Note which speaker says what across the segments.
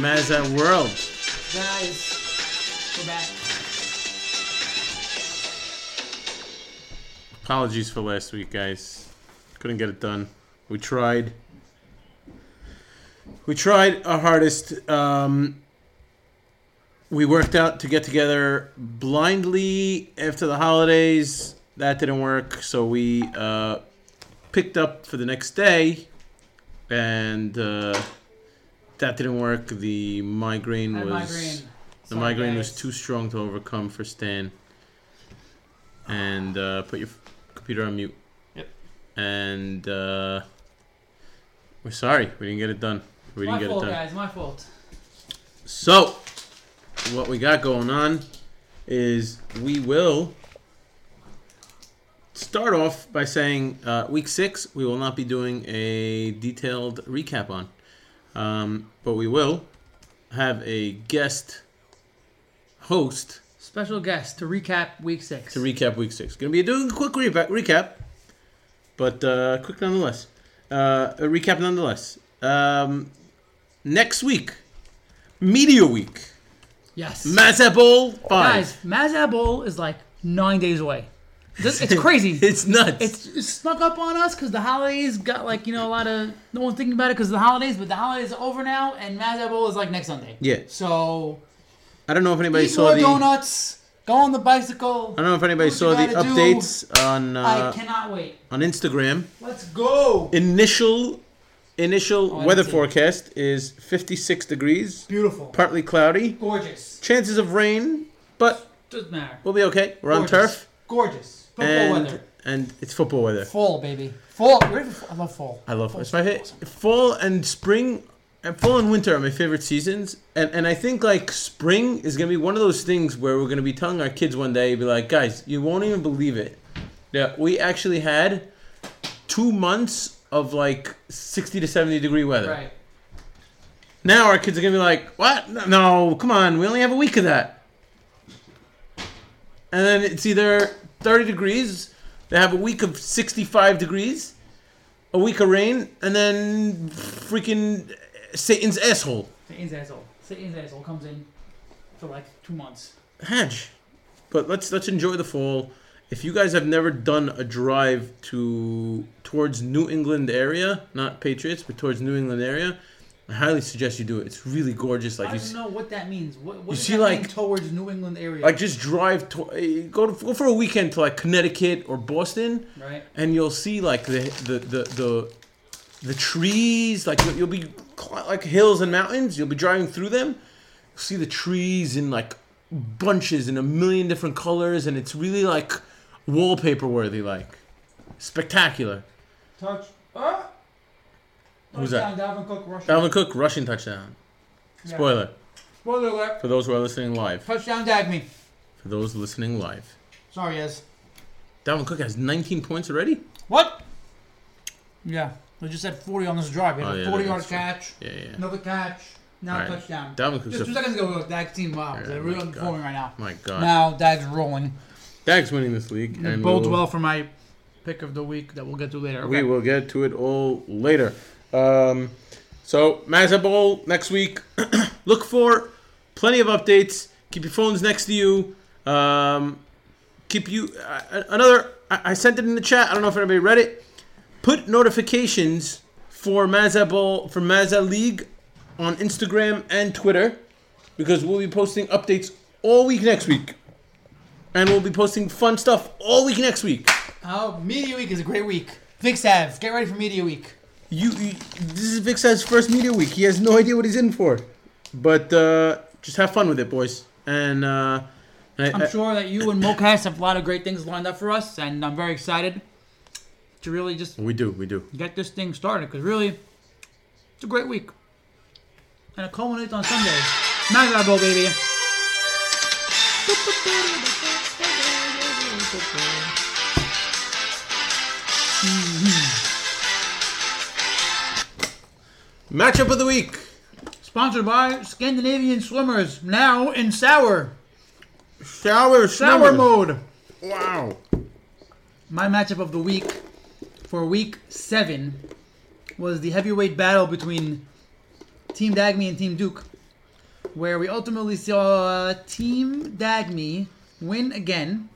Speaker 1: Meza World.
Speaker 2: Guys, we're back.
Speaker 1: Apologies for last week, guys. Couldn't get it done. We tried. We tried our hardest. Um, we worked out to get together blindly after the holidays. That didn't work, so we uh, picked up for the next day, and uh, that didn't work. The migraine
Speaker 2: I had
Speaker 1: was
Speaker 2: a migraine.
Speaker 1: The
Speaker 2: Sorry,
Speaker 1: migraine
Speaker 2: guys.
Speaker 1: was too strong to overcome for Stan. And uh, put your f- computer on mute.
Speaker 3: Yep.
Speaker 1: And uh, we're sorry we didn't get it done. We
Speaker 2: my
Speaker 1: didn't get
Speaker 2: fault,
Speaker 1: it done.
Speaker 2: guys. My fault.
Speaker 1: So, what we got going on is we will start off by saying uh, week six we will not be doing a detailed recap on, um, but we will have a guest host
Speaker 2: Special guest to recap week six.
Speaker 1: to recap week six. Going to be doing a quick repa- recap, but uh, quick nonetheless. Uh, a recap nonetheless. Um, next week, Media Week,
Speaker 2: yes.
Speaker 1: Mazza Bowl
Speaker 2: guys,
Speaker 1: five.
Speaker 2: Mazda Bowl is like nine days away. This, it's crazy.
Speaker 1: It's nuts.
Speaker 2: it's it snuck up on us because the holidays got like you know a lot of no one's thinking about it because of the holidays, but the holidays are over now and Mazda Bowl is like next Sunday.
Speaker 1: yeah.
Speaker 2: So
Speaker 1: I don't know if anybody
Speaker 2: eat
Speaker 1: saw
Speaker 2: more
Speaker 1: the. I
Speaker 2: donuts. Go on the bicycle.
Speaker 1: don't know if anybody
Speaker 2: What you
Speaker 1: saw the
Speaker 2: gotta do?
Speaker 1: updates on
Speaker 2: I
Speaker 1: uh,
Speaker 2: cannot wait.
Speaker 1: on Instagram.
Speaker 2: Let's go.
Speaker 1: Initial initial
Speaker 2: Oh, I didn't
Speaker 1: weather
Speaker 2: see it.
Speaker 1: forecast is 56 degrees,
Speaker 2: Beautiful.
Speaker 1: partly cloudy,
Speaker 2: Gorgeous.
Speaker 1: chances of rain, but
Speaker 2: Doesn't matter.
Speaker 1: we'll be okay. We're on
Speaker 2: Gorgeous.
Speaker 1: turf.
Speaker 2: Gorgeous. Football
Speaker 1: and,
Speaker 2: weather.
Speaker 1: and it's football weather.
Speaker 2: Fall, baby. Fall. You ready for fall? I love fall.
Speaker 1: I love it's my favorite. Fall and spring, and fall and winter are my favorite seasons. And and I think like spring is gonna be one of those things where we're gonna be telling our kids one day, be like, guys, you won't even believe it. Yeah, we actually had two months of like sixty to seventy degree weather.
Speaker 2: Right.
Speaker 1: Now our kids are gonna be like, "What? No, come on, we only have a week of that." And then it's either 30 degrees, they have a week of 65 degrees, a week of rain, and then freaking Satan's asshole.
Speaker 2: Satan's asshole. Satan's asshole comes in for like two months.
Speaker 1: Hedge. But let's let's enjoy the fall. If you guys have never done a drive to towards New England area, not Patriots, but towards New England area, I highly suggest you do it. It's really gorgeous. Like
Speaker 2: I
Speaker 1: you
Speaker 2: don't
Speaker 1: s-
Speaker 2: know what that means. What, what
Speaker 1: You
Speaker 2: does
Speaker 1: see,
Speaker 2: that mean
Speaker 1: like-
Speaker 2: towards New England area?
Speaker 1: like just drive to eh, go to, go for a weekend to like Connecticut or Boston,
Speaker 2: right.
Speaker 1: and you'll see like the the the the, the trees. Like you'll, you'll be cl- like hills and mountains. You'll be driving through them. You'll see the trees in like bunches in a million different colors, and it's really like wallpaper worthy, like spectacular.
Speaker 2: Touch. Uh,
Speaker 1: Who's that?
Speaker 2: Dalvin Cook rushing.
Speaker 1: Dalvin Cook rushing touchdown.
Speaker 2: Yeah.
Speaker 1: Spoiler
Speaker 2: Spoiler alert.
Speaker 1: for those who are listening live.
Speaker 2: Touchdown dag me.
Speaker 1: For those listening live,
Speaker 2: Sorry, Ez.
Speaker 1: Dalvin Cook has 19 points already.
Speaker 2: What? Yeah. We just had 40 on this drive. We had
Speaker 1: Oh,
Speaker 2: a
Speaker 1: yeah,
Speaker 2: 40
Speaker 1: that
Speaker 2: yard
Speaker 1: is true.
Speaker 2: catch.
Speaker 1: Yeah, yeah.
Speaker 2: Another catch. Now
Speaker 1: All right.
Speaker 2: touchdown.
Speaker 1: Dalvin Cook's
Speaker 2: Just two
Speaker 1: a,
Speaker 2: seconds ago, Dag's team, wow,
Speaker 1: Yeah,
Speaker 2: they're really
Speaker 1: my God.
Speaker 2: performing right now.
Speaker 1: my God.
Speaker 2: Now Dag's rolling.
Speaker 1: Dag's winning this league,
Speaker 2: And
Speaker 1: and
Speaker 2: it bodes
Speaker 1: we'll,
Speaker 2: well for my pick of the week that we'll get to later.
Speaker 1: we
Speaker 2: Okay.
Speaker 1: will get to it all later. Um, so Mazza Bowl next week. Look for plenty of updates. Keep your phones next to you. Um, keep you uh, another. I, I sent it in the chat. I don't know if anybody read it. Put notifications for Mazza Bowl for Mazza League on Instagram and Twitter because we'll be posting updates all week next week. And we'll be posting fun stuff all week next week.
Speaker 2: Oh, media week is a great week. Vix Av, get ready for media week.
Speaker 1: You, you this is Vic Sav's first media week. He has no idea what he's in for, but uh, just have fun with it, boys. And uh, I,
Speaker 2: I'm
Speaker 1: I-
Speaker 2: sure that you and MoCast have a lot of great things lined up for us, and I'm very excited to really just
Speaker 1: we do, we do.
Speaker 2: get this thing started because really, it's a great week, and it culminates on Sunday. Magna Bowl, baby.
Speaker 1: Matchup of the week.
Speaker 2: Sponsored by Scandinavian Swimmers, now in sour
Speaker 1: Shower,
Speaker 2: sour
Speaker 1: shower mode.
Speaker 2: mode.
Speaker 1: Wow.
Speaker 2: My matchup of the week for week seven was the heavyweight battle between Team Dagme and Team Duke. where we ultimately saw Team Dagme win again,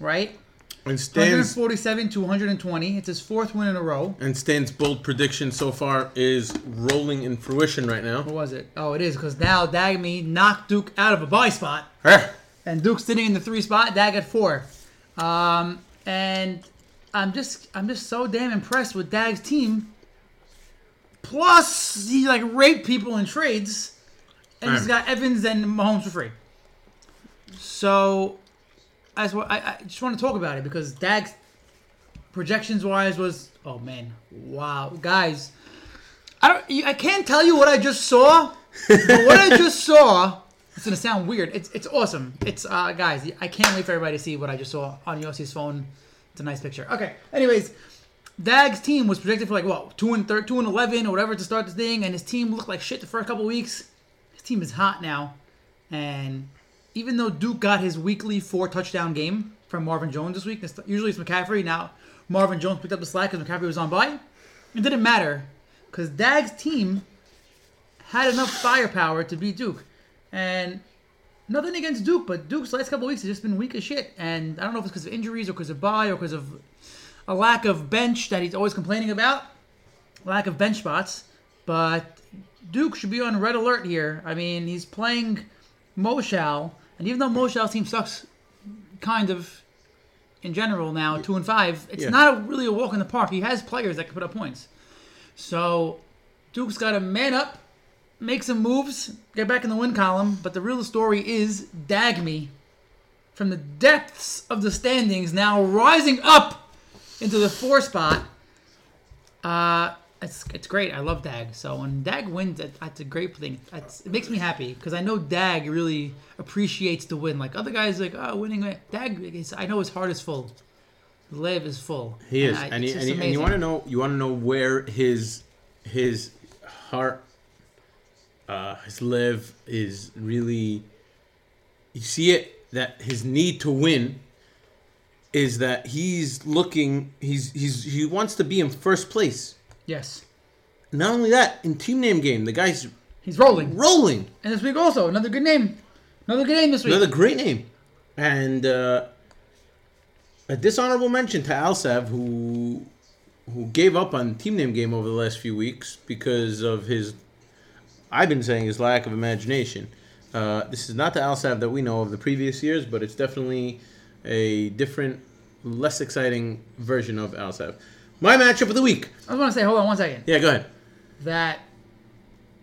Speaker 2: right?
Speaker 1: And Stan's
Speaker 2: 147 to 120. It's his fourth win in a row.
Speaker 1: and Stan's bold prediction so far is rolling in fruition right now.
Speaker 2: What was it? Oh, it is because now Dagme knocked Duke out of a buy spot,
Speaker 1: Ah,
Speaker 2: and Duke's sitting in the three spot. Dag at four, um, and I'm just I'm just so damn impressed with Dag's team. Plus, he like raped people in trades, and he's
Speaker 1: Mm.
Speaker 2: got Evans and Mahomes for free. So, I just, wa- I, I just want to talk about it because Dag's projections wise was oh man wow guys I don't you- I can't tell you what I just saw but what I just saw it's gonna sound weird it's it's awesome it's uh guys I can't wait for everybody to see what I just saw on Yossi's phone it's a nice picture okay anyways Dag's team was projected for like what two and thir- two and eleven or whatever to start the thing and his team looked like shit the first couple weeks his team is hot now and even though Duke got his weekly four touchdown game from Marvin Jones this week, this- usually it's McCaffrey. Now Marvin Jones picked up the slack because McCaffrey was on bye. It didn't matter because Dag's team had enough firepower to beat Duke. And nothing against Duke, but Duke's last couple weeks has just been weak as shit. And I don't know if it's because of injuries or because of bye or because of a lack of bench that he's always complaining about, lack of bench spots. But Duke should be on red alert here. I mean, he's playing Moshal, and even though Moshal's team sucks, kind of in general now, two and five, it's
Speaker 1: Yeah.
Speaker 2: not a, really a walk in the park. He has players that can put up points. So Duke's got to man up, make some moves, get back in the win column. But the real story is Dagme from the depths of the standings now rising up into the four spot. Uh, it's, it's great. I love Dag. So when Dag wins, that, that's a great thing. That's, it makes me happy because I know Dag really appreciates the win. Like other guys, like oh, winning. win." Dag, is, I know his heart is full. His live is full.
Speaker 1: he is,
Speaker 2: I-
Speaker 1: and, he,
Speaker 2: it's
Speaker 1: and,
Speaker 2: just
Speaker 1: he, and you
Speaker 2: amazing.
Speaker 1: want to know you want to know where his his heart, uh, his live is really. You see it that his need to win is that he's looking. He's he's he wants to be in first place.
Speaker 2: Yes,
Speaker 1: Not only that, in team name game, the guy's
Speaker 2: he's rolling.
Speaker 1: rolling.
Speaker 2: And this week also, another good name. Another good name this week.
Speaker 1: Another great name. And uh, a dishonorable mention to Alsav, who who gave up on team name game over the last few weeks because of his, I've been saying his lack of imagination. Uh, this is not the Alsav that we know of the previous years, but it's definitely a different, less exciting version of Alsav. My matchup of the week.
Speaker 2: I just want to say, hold on one second,
Speaker 1: Yeah, go ahead.
Speaker 2: that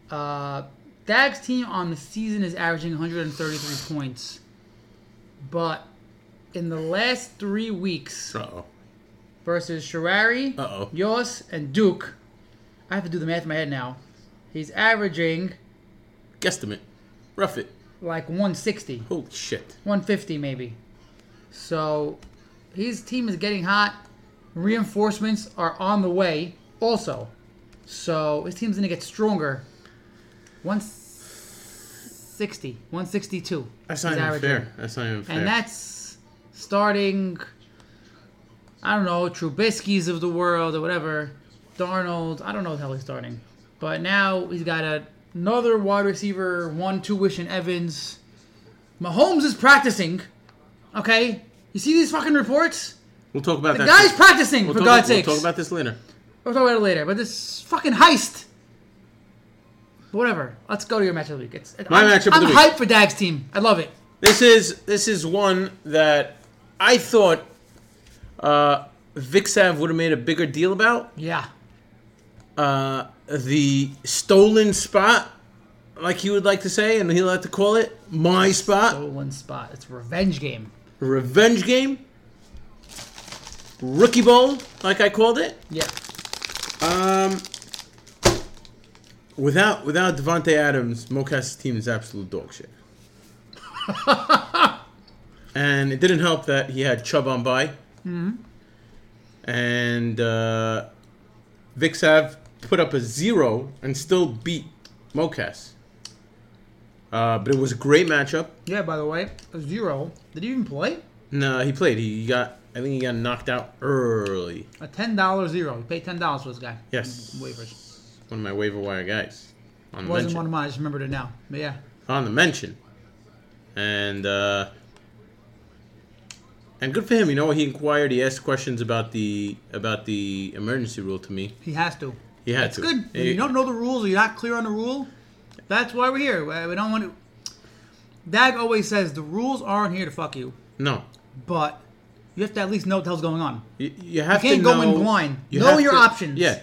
Speaker 2: uh, Dag's team on the season is averaging 133 points. But in the last three weeks
Speaker 1: Uh oh.
Speaker 2: versus Sharari,
Speaker 1: Uh-oh.
Speaker 2: Yos, and Duke, I have to do the math in my head now. He's averaging
Speaker 1: Guesstimate. Rough it.
Speaker 2: like 160.
Speaker 1: Holy shit.
Speaker 2: 150 maybe. So his team is getting hot. Reinforcements are on the way also. So his team's going to get stronger. 160, 162.
Speaker 1: That's not
Speaker 2: he's
Speaker 1: even
Speaker 2: averaging.
Speaker 1: fair. That's not even fair.
Speaker 2: And that's starting, I don't know, Trubisky's of the world or whatever. Darnold, I don't know what the hell he's starting. But now he's got a, another wide receiver, one, two wish in Evans. Mahomes is practicing. Okay? You see these fucking reports?
Speaker 1: We'll talk about
Speaker 2: The
Speaker 1: that.
Speaker 2: guy's practicing,
Speaker 1: we'll
Speaker 2: for
Speaker 1: talk,
Speaker 2: God's
Speaker 1: we'll
Speaker 2: sake.
Speaker 1: talk about this later.
Speaker 2: We'll talk about it later. But this fucking heist. Whatever. Let's go to your matchup of the week. It's,
Speaker 1: My
Speaker 2: I'm,
Speaker 1: matchup of
Speaker 2: I'm
Speaker 1: the week.
Speaker 2: hyped for Dag's team. I love it.
Speaker 1: This is this is one that I thought uh, Vic Sav would have made a bigger deal about.
Speaker 2: Yeah.
Speaker 1: Uh, the stolen spot, like he would like to say, and he like to call it my spot,
Speaker 2: Stolen spot. It's a revenge game.
Speaker 1: revenge game, rookie bowl, like I called it.
Speaker 2: Yeah.
Speaker 1: Um, without without Devonte Adams, Mocas's team is absolute dog shit. and it didn't help that he had Chubb on bye.
Speaker 2: Mm-hmm.
Speaker 1: And uh, Vic Sav put up a zero and still beat Mocas. Uh, but it was a great matchup.
Speaker 2: Yeah, by the way, a zero. Did he even play?
Speaker 1: No, uh, he played. He got. I think he got knocked out early.
Speaker 2: A ten dollar zero. You paid ten dollars for this guy.
Speaker 1: Yes,
Speaker 2: Waivers.
Speaker 1: one of my waiver wire guys. On
Speaker 2: Wasn't
Speaker 1: mention.
Speaker 2: one of mine, I just remembered it now. But yeah.
Speaker 1: on the mention, and uh, and good for him. You know, he inquired. He asked questions about the about the emergency rule to me.
Speaker 2: He has to.
Speaker 1: He had
Speaker 2: It's
Speaker 1: to.
Speaker 2: good. When
Speaker 1: He-
Speaker 2: you don't know the rules, or you're not clear on the rule. That's why we're here. We- We don't want to. Dag always says the rules aren't here to fuck you,
Speaker 1: No,
Speaker 2: but you have to at least know what the hell's going on.
Speaker 1: you, you have
Speaker 2: can't
Speaker 1: to
Speaker 2: go
Speaker 1: know,
Speaker 2: in blind.
Speaker 1: you
Speaker 2: Know
Speaker 1: have
Speaker 2: your
Speaker 1: to-
Speaker 2: options.
Speaker 1: Yeah,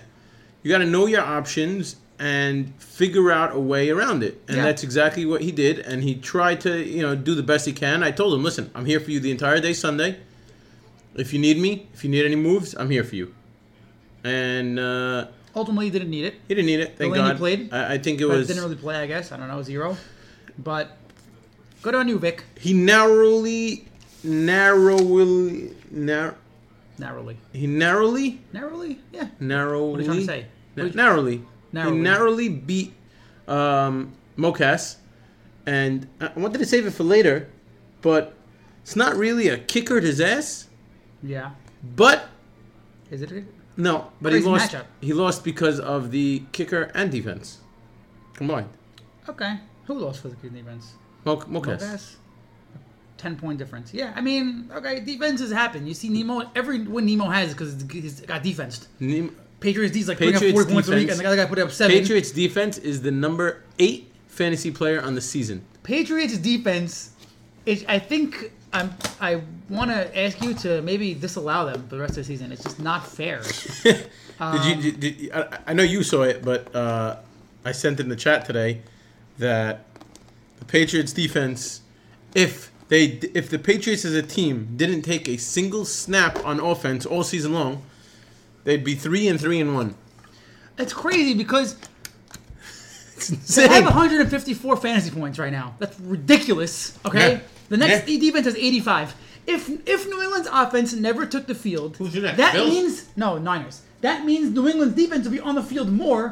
Speaker 1: you got to know your options and figure out a way around it. And
Speaker 2: Yeah.
Speaker 1: that's exactly what he did. And he tried to, you know, do the best he can. I told him, listen, I'm here for you the entire day Sunday. If you need me, if you need any moves, I'm here for you. And uh,
Speaker 2: Ultimately, he didn't need it.
Speaker 1: he didn't need it. Thank
Speaker 2: Delaney
Speaker 1: God.
Speaker 2: played,
Speaker 1: I, I think it
Speaker 2: But
Speaker 1: was.
Speaker 2: didn't really play, I guess. I don't know, zero. But good on you, Vic.
Speaker 1: he narrowly, narrowly, nar-
Speaker 2: Narrowly.
Speaker 1: he narrowly,
Speaker 2: Narrowly? Yeah.
Speaker 1: narrowly.
Speaker 2: What are you trying to say?
Speaker 1: Na-
Speaker 2: What did you-
Speaker 1: narrowly.
Speaker 2: Narrowly.
Speaker 1: He narrowly beat um, Mocas. And uh, I I wanted to save it for later, but it's not really a kicker to his ass.
Speaker 2: Yeah.
Speaker 1: But
Speaker 2: Is it?
Speaker 1: no, but
Speaker 2: Crazy
Speaker 1: he lost.
Speaker 2: matchup.
Speaker 1: He lost because of the kicker and defense combined.
Speaker 2: Okay. Who lost for the good defense?
Speaker 1: Mo- Mocas.
Speaker 2: Yes. Ten point difference. Yeah, I mean, okay, defenses happen. You see Nemo. Every win Nemo has because he's got defensed.
Speaker 1: Nim-
Speaker 2: Patriots D's like putting up
Speaker 1: Patriots
Speaker 2: forty points a week,
Speaker 1: defense-
Speaker 2: and the other guy put up seven.
Speaker 1: Patriots defense is the number eight fantasy player on the season.
Speaker 2: Patriots defense. It, I think I'm. I want to ask you to maybe disallow them for the rest of the season. It's just not fair. Um,
Speaker 1: did you? Did, did, you- I, I know you saw it, but uh, I sent in the chat today that the Patriots defense, if they, if the Patriots as a team didn't take a single snap on offense all season long, they'd be three and three and one.
Speaker 2: It's crazy because
Speaker 1: It's
Speaker 2: They
Speaker 1: insane.
Speaker 2: have 154 fantasy points right now. That's ridiculous. Okay.
Speaker 1: Yeah.
Speaker 2: The next E
Speaker 1: Yeah.
Speaker 2: defense has 85. If if New England's offense never took the field,
Speaker 1: Who's your next?
Speaker 2: that
Speaker 1: Bills?
Speaker 2: means no Niners. That means New England's defense will be on the field more.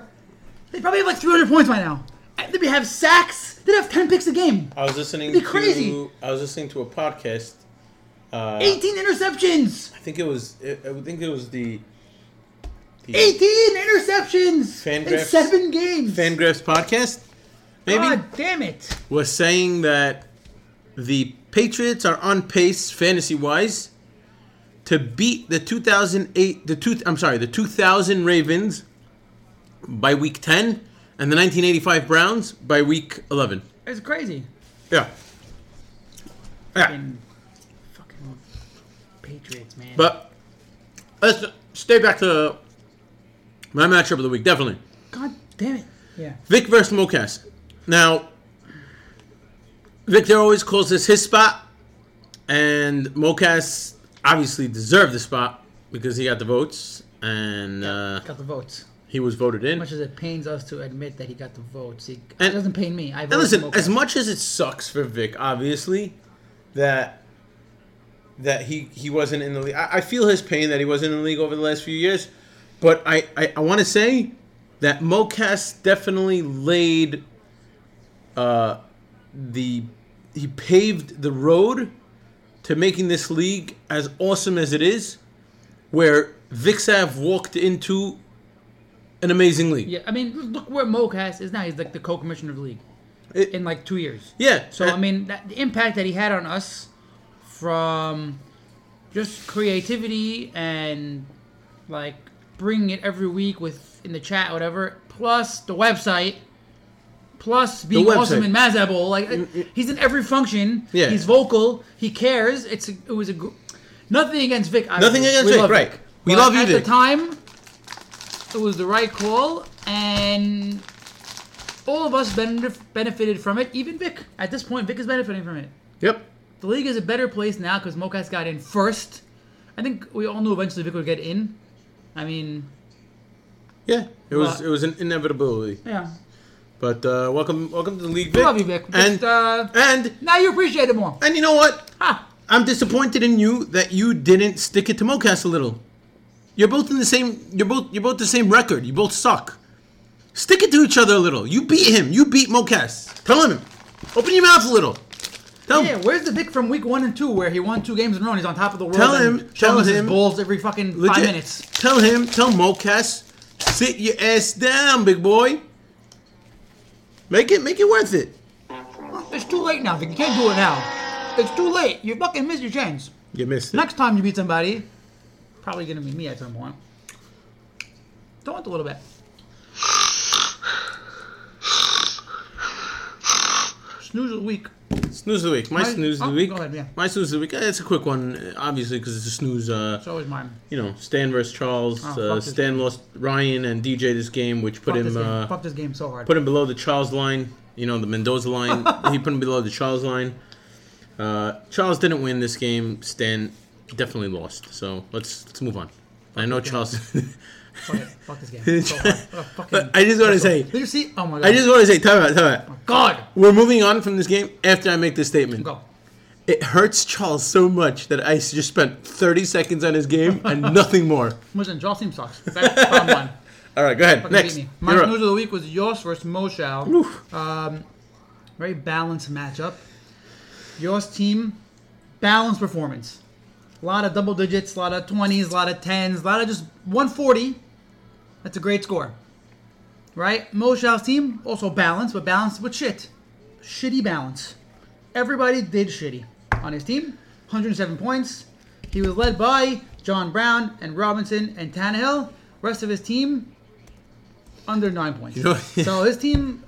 Speaker 2: They probably have like 300 points by now. And They'd be- have sacks. They'd have 10 picks a game.
Speaker 1: I was listening
Speaker 2: It'd be crazy.
Speaker 1: to I was listening to a podcast. Uh,
Speaker 2: 18 interceptions.
Speaker 1: I think it was I I think it was the, the
Speaker 2: 18 interceptions in
Speaker 1: Fangraphs-
Speaker 2: seven games.
Speaker 1: Fangraphs podcast. Maybe
Speaker 2: God damn it.
Speaker 1: was saying that the Patriots are on pace fantasy wise to beat the 2008 the two I'm sorry the 2000 Ravens by week 10 and the 1985 Browns by week 11.
Speaker 2: It's crazy.
Speaker 1: Yeah. Yeah.
Speaker 2: Fucking, fucking Patriots, man.
Speaker 1: But let's stay back to my matchup of the week definitely.
Speaker 2: God damn it. Yeah.
Speaker 1: Vic versus Mocas. Now, Victor always calls this his spot, and Mocas obviously deserved the spot because he got the votes and uh,
Speaker 2: got the votes.
Speaker 1: he was voted in.
Speaker 2: Much as it pains us to admit that he got the votes, he, it
Speaker 1: And-
Speaker 2: doesn't pain me. I
Speaker 1: And
Speaker 2: voted
Speaker 1: listen,
Speaker 2: Mocha.
Speaker 1: as much as it sucks for Vic, obviously, that that he he wasn't in the league. I, I feel his pain that he wasn't in the league over the last few years, but I I, I want to say that Mocas definitely laid uh the he paved the road to making this league as awesome as it is, where Vixav walked into an amazing league.
Speaker 2: yeah, I mean, look where Mocas is now. He's like the co-commissioner of the league
Speaker 1: It-
Speaker 2: in like two years.
Speaker 1: yeah.
Speaker 2: So
Speaker 1: and-
Speaker 2: I mean, that, the impact that he had on us from just creativity and like bringing it every week with in the chat, whatever. Plus the website. Plus being
Speaker 1: website. Mm,
Speaker 2: awesome in Mazabol. Like uh, he's in every function.
Speaker 1: Yeah.
Speaker 2: He's vocal. He cares. It's a, it was a gr- nothing against Vic. obviously.
Speaker 1: Nothing against
Speaker 2: We
Speaker 1: Vic,
Speaker 2: love
Speaker 1: right. We
Speaker 2: But
Speaker 1: love you,
Speaker 2: At
Speaker 1: Vic.
Speaker 2: the time, it was the right call, and all of us benef- benefited from it. Even Vic. At this point, Vic is benefiting from it.
Speaker 1: yep.
Speaker 2: The league is a better place now because Mokas got in first. I think we all knew eventually Vic would get in. I mean,
Speaker 1: Yeah, it was
Speaker 2: But-
Speaker 1: it was an inevitability.
Speaker 2: yeah.
Speaker 1: But uh, welcome welcome to the league,
Speaker 2: We
Speaker 1: Vic.
Speaker 2: love you, Vic.
Speaker 1: And
Speaker 2: Just, uh,
Speaker 1: and
Speaker 2: now you appreciate it more.
Speaker 1: and you know what?
Speaker 2: Ha!
Speaker 1: I'm disappointed in you that you didn't stick it to Mocas a little. You're both in the same. You're both you're both the same record. You both suck. Stick it to each other a little. You beat him. You beat Mocas. Tell him. Open your mouth a little. Tell
Speaker 2: Yeah,
Speaker 1: him.
Speaker 2: where's the Vic from week one and two where he won two games in a row and he's on top of the world?
Speaker 1: Tell him-
Speaker 2: and showing
Speaker 1: tell
Speaker 2: us his
Speaker 1: him-
Speaker 2: balls every fucking five
Speaker 1: Legit.
Speaker 2: minutes.
Speaker 1: Tell him. Tell Mocas. Sit your ass down, big boy. Make it make it worth it.
Speaker 3: Thank you.
Speaker 2: It's too late now. Vic. You can't do it now. It's too late. You fucking missed your chance.
Speaker 1: You missed it.
Speaker 2: Next time you beat somebody, probably gonna be me at some point. Don't want a little bit. Snooze of the week.
Speaker 1: Snooze of the week. My
Speaker 2: Mine-
Speaker 1: snooze of
Speaker 2: oh,
Speaker 1: the week.
Speaker 2: go ahead, yeah.
Speaker 1: My snooze of the week. Eh, It's a quick one, eh, obviously, because it's a snooze. Uh,
Speaker 2: It's always mine.
Speaker 1: you know, Stan versus Charles.
Speaker 2: Oh,
Speaker 1: uh,
Speaker 2: fuck this
Speaker 1: Stan lost Ryan and DJ this game, which put
Speaker 2: Fuck this
Speaker 1: him
Speaker 2: game.
Speaker 1: uh,
Speaker 2: Fuck this game so hard.
Speaker 1: put him below the Charles line. You know, the Mendoza line. he put him below the Charles line. Uh, Charles didn't win this game. Stan definitely lost. So let's let's move on. I know Charles.
Speaker 2: Fuck, it. Fuck this game. So hard. What a fucking-
Speaker 1: I just want to say.
Speaker 2: Did you see? Oh my god.
Speaker 1: I just want to say. Time out. Time out.
Speaker 2: God.
Speaker 1: We're moving on from this game after I make this statement.
Speaker 2: Go.
Speaker 1: It hurts Charles so much that I s- just spent 30 seconds on his game and nothing more.
Speaker 2: Listen, Josh team sucks. That's bottom line.
Speaker 1: All right, go ahead.
Speaker 2: Fucking
Speaker 1: Next.
Speaker 2: beat me. My
Speaker 1: You're up.
Speaker 2: news of the week was yours versus Moshal.
Speaker 1: Oof.
Speaker 2: Very balanced matchup. Yours team, balanced performance. A lot of double digits, a lot of 20s, a lot of 10s, a lot of just 140. That's a great score. Right? Moshal's team, also balanced, but balanced with shit. Shitty balance. Everybody did shitty on his team. 107 points. He was led by John Brown and Robinson and Tannehill. Rest of his team, under nine points.
Speaker 1: know-
Speaker 2: so his team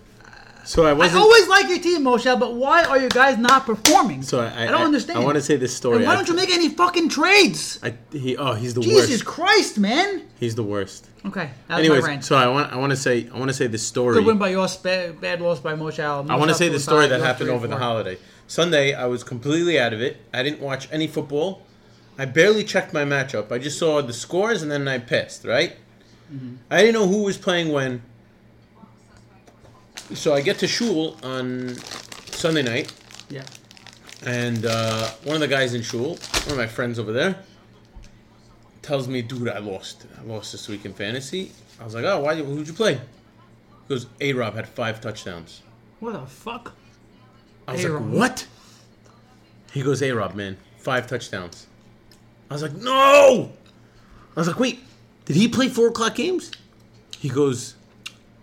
Speaker 1: So I
Speaker 2: I
Speaker 1: wasn't.
Speaker 2: always like your team, Moshe, but why are you guys not performing?
Speaker 1: so I,
Speaker 2: don't understand.
Speaker 1: I want to say this story.
Speaker 2: And why don't you make any fucking trades?
Speaker 1: I, he, oh, he's the
Speaker 2: Jesus
Speaker 1: worst.
Speaker 2: Christ, man.
Speaker 1: He's the worst.
Speaker 2: Okay, that's my
Speaker 1: Anyways,
Speaker 2: rant.
Speaker 1: so I want I want to say I want to say this story.
Speaker 2: Good win by yours, ba- bad loss by Moshe.
Speaker 1: I want to say the story that happened over the holiday. Sunday, I was completely out of it. I didn't watch any football. I barely checked my matchup. I just saw the scores and then I pissed, right? I didn't know who was playing when. So I get to Shul on Sunday night,
Speaker 2: Yeah.
Speaker 1: and uh, one of the guys in Shul, one of my friends over there, tells me, dude, I lost. I lost this week in fantasy. I was like, oh, why, who'd you play? He goes, A Rob had five touchdowns.
Speaker 2: What the fuck?
Speaker 1: I was
Speaker 2: A-Rob.
Speaker 1: like, what? He goes, A Rob, man, five touchdowns. I was like, no! I was like, wait, did he play four o'clock games? He goes,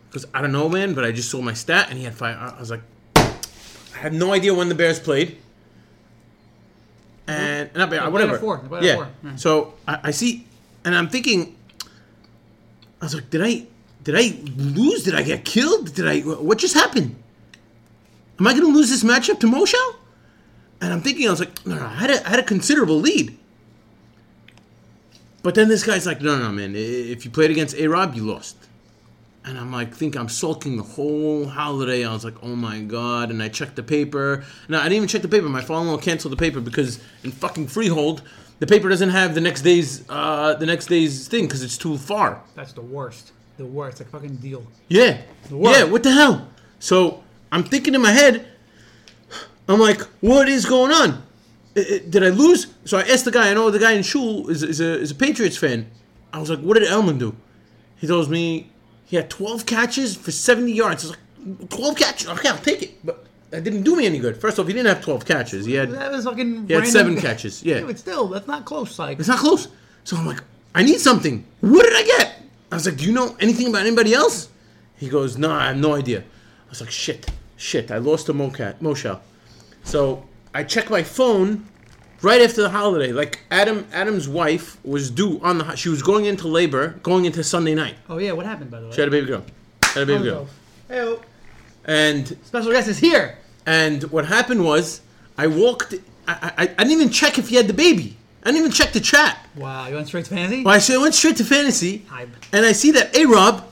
Speaker 1: because I don't know, man, but I just saw my stat and he had five. I I was like, I had no idea when the Bears played. And, and I,
Speaker 2: played Mm-hmm. at
Speaker 1: whatever.
Speaker 2: four. They played at
Speaker 1: yeah.
Speaker 2: four. Mm. Yeah.
Speaker 1: So I, I see, and I'm thinking, I was like, did I did I lose? Did I get killed? Did I what just happened? Am I going to lose this matchup to Moshal? And I'm thinking, I was like, no, no, I had a, I had a considerable lead. But then this guy's like, no, no, no, man, i- if you played against A Rob, you lost. And I'm like, think I'm sulking the whole holiday. I was like, oh my god. And I checked the paper. No, I didn't even check the paper. My father-in-law canceled the paper because in fucking Freehold, the paper doesn't have the next day's uh, the next day's thing because it's too far.
Speaker 2: That's the worst. The worst. Like fucking deal.
Speaker 1: Yeah.
Speaker 2: world.
Speaker 1: Yeah, what the hell? So I'm thinking in my head, I'm like, what is going on? I- I- Did I lose? So I asked the guy, I know the guy in Shul is, is, a, is a Patriots fan. I was like, what did Elman do? He tells me he had 12 catches for 70 yards. I was like, 12 catches? Okay, I'll take it. But that didn't do me any good. First off, he didn't have 12 catches. He had,
Speaker 2: That was fucking.
Speaker 1: he had
Speaker 2: random-
Speaker 1: seven catches. Yeah.
Speaker 2: Yeah, but still, that's not close. Like,
Speaker 1: It's not close. So I'm like, I need something. What did I get? I was like, do you know anything about anybody else? He goes, no, I have no idea. I was like, shit, shit, I lost to Mocat, Moshal. So I check my phone right after the holiday. Like Adam, Adam's wife was due on the, ho- she was going into labor, going into Sunday night.
Speaker 2: oh yeah, what happened by the way?
Speaker 1: She had a baby girl. She had a baby
Speaker 2: Oh,
Speaker 1: girl.
Speaker 2: Hey,
Speaker 1: And
Speaker 2: special guest is here.
Speaker 1: and what happened was, I walked. I, I, I didn't even check if he had the baby. I didn't even check the chat.
Speaker 2: Wow, you went straight to fantasy?
Speaker 1: Well, I said- I went straight to fantasy,
Speaker 2: Hype.
Speaker 1: and I see that A Rob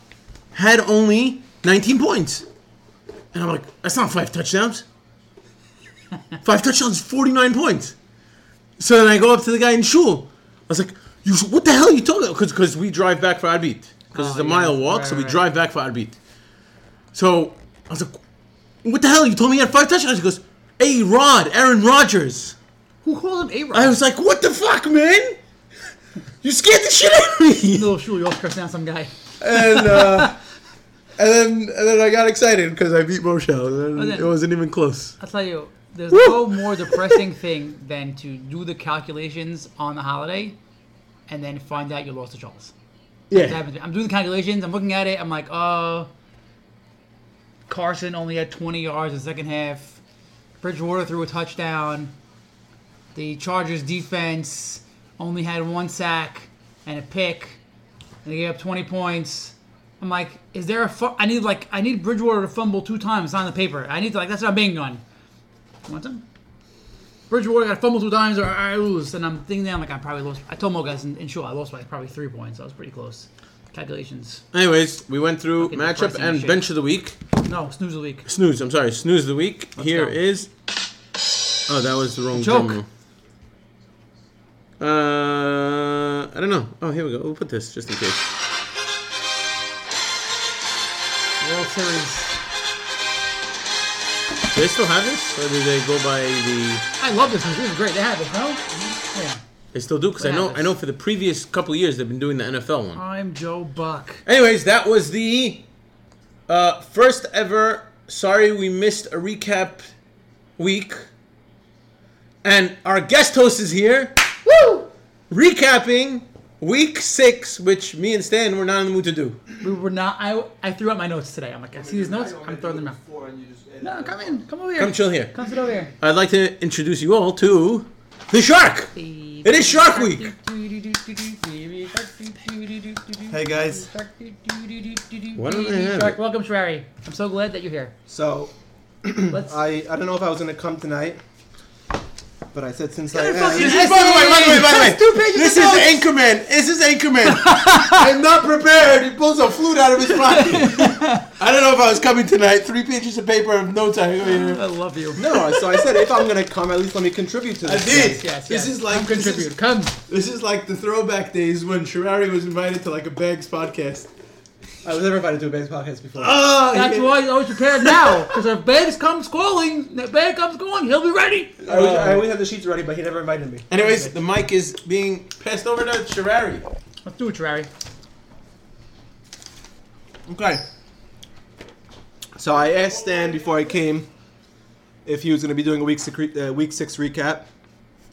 Speaker 1: had only 19 points. And I'm like, that's not five touchdowns. five touchdowns, is 49 points. So then I go up to the guy in Shul. I was like, you, what the hell are you talking about? Because we drive back for Arbit. Because it's
Speaker 2: Oh,
Speaker 1: a
Speaker 2: yeah.
Speaker 1: mile walk,
Speaker 2: Right,
Speaker 1: so we
Speaker 2: right, right.
Speaker 1: drive back for Arbit. So I was like, what the hell? You told me you had five touchdowns. He goes, A Rod, Aaron Rodgers.
Speaker 2: Who called him A-Rod?
Speaker 1: I was like, what the fuck, man? You scared the shit out of me.
Speaker 2: Little Shul, you all cursing out some guy.
Speaker 1: and uh, and then and then I got excited because I beat Moshel. And
Speaker 2: Okay.
Speaker 1: It wasn't even close.
Speaker 2: I'll tell you, there's
Speaker 1: Woo!
Speaker 2: no more depressing thing than to do the calculations on the holiday and then find out you lost to Charles. It
Speaker 1: Yeah,
Speaker 2: happens to me. I'm doing the calculations, I'm looking at it, I'm like, oh, Carson only had 20 yards in the second half. Bridgewater threw a touchdown. The Chargers defense only had one sack and a pick. And they gave up 20 points. I'm like, is there a? Fu- I need like I need Bridgewater to fumble two times on the paper. I need to like that's what I'm being on. One time. Bridgewater got to fumble two times or I lose. And I'm thinking I'm like I probably lost. I told Mo guys in, in show I lost by probably three points. I was pretty close. Calculations.
Speaker 1: Anyways, we went through
Speaker 2: Fucking
Speaker 1: matchup
Speaker 2: depressing
Speaker 1: and
Speaker 2: shit.
Speaker 1: bench of the week.
Speaker 2: No snooze of the week.
Speaker 1: Snooze. I'm sorry. Snooze of the week. Here
Speaker 2: go.
Speaker 1: is. Oh, that was the wrong
Speaker 2: Joke.
Speaker 1: drum roll. Uh, I don't know. Oh, here we go. We'll put this just in case.
Speaker 2: World Series.
Speaker 1: Do they still have this, or do they go by the?
Speaker 2: I love this one. This is great. They have it, no? Yeah.
Speaker 1: They still do because I
Speaker 2: Yeah,
Speaker 1: know. I
Speaker 2: that's-
Speaker 1: know for the previous couple of years they've been doing the NFL one.
Speaker 2: I'm Joe Buck.
Speaker 1: Anyways, that was the uh, first ever. Sorry, we missed a recap week, and our guest host is here.
Speaker 2: Woo!
Speaker 1: recapping week six, which me and Stan were not in the mood to do.
Speaker 2: We were not. I I threw out my notes today. I'm like, I see these notes. I'm throwing them out. No, come in. Come over here.
Speaker 1: Come chill here.
Speaker 2: Come sit over here.
Speaker 1: I'd like to introduce you all to the shark.
Speaker 2: It
Speaker 1: is Shark Week.
Speaker 3: Hey guys,
Speaker 1: What do they have?
Speaker 2: Shark, welcome, Shrari. I'm so glad that you're here.
Speaker 3: so
Speaker 2: Let's.
Speaker 3: I I don't know if I was gonna come tonight, but I said since I
Speaker 2: You're fucking
Speaker 3: am,
Speaker 1: This is, by the way, by the way, by the way.
Speaker 2: That's two pages
Speaker 1: This
Speaker 2: of
Speaker 1: is
Speaker 2: notes.
Speaker 1: Anchorman. This is Anchorman.
Speaker 3: I'm not prepared. He pulls a flute out of his pocket.
Speaker 1: I don't know if I was coming tonight. Three pages of paper of notes. I
Speaker 2: I love you.
Speaker 3: No, so I said if I'm gonna come, at least let me contribute to
Speaker 1: I
Speaker 3: this.
Speaker 1: did.
Speaker 2: Yes, yes.
Speaker 1: This is like
Speaker 2: Come
Speaker 1: this
Speaker 2: contribute.
Speaker 1: is,
Speaker 2: Come.
Speaker 1: this is like the throwback days when Sharari was invited to like a bags podcast.
Speaker 3: I was never invited to a base podcast before.
Speaker 1: Oh,
Speaker 2: That's why he's always prepared now. Because if Bags comes calling, if Bags comes calling, he'll be ready.
Speaker 3: I, always, I always had the sheets ready, but he never invited me.
Speaker 1: Anyways, the mic is being passed over to Sharari.
Speaker 2: Let's do it, Shrari.
Speaker 3: Okay. So I asked Stan before I came if he was going to be doing a week six, re- uh, week six recap.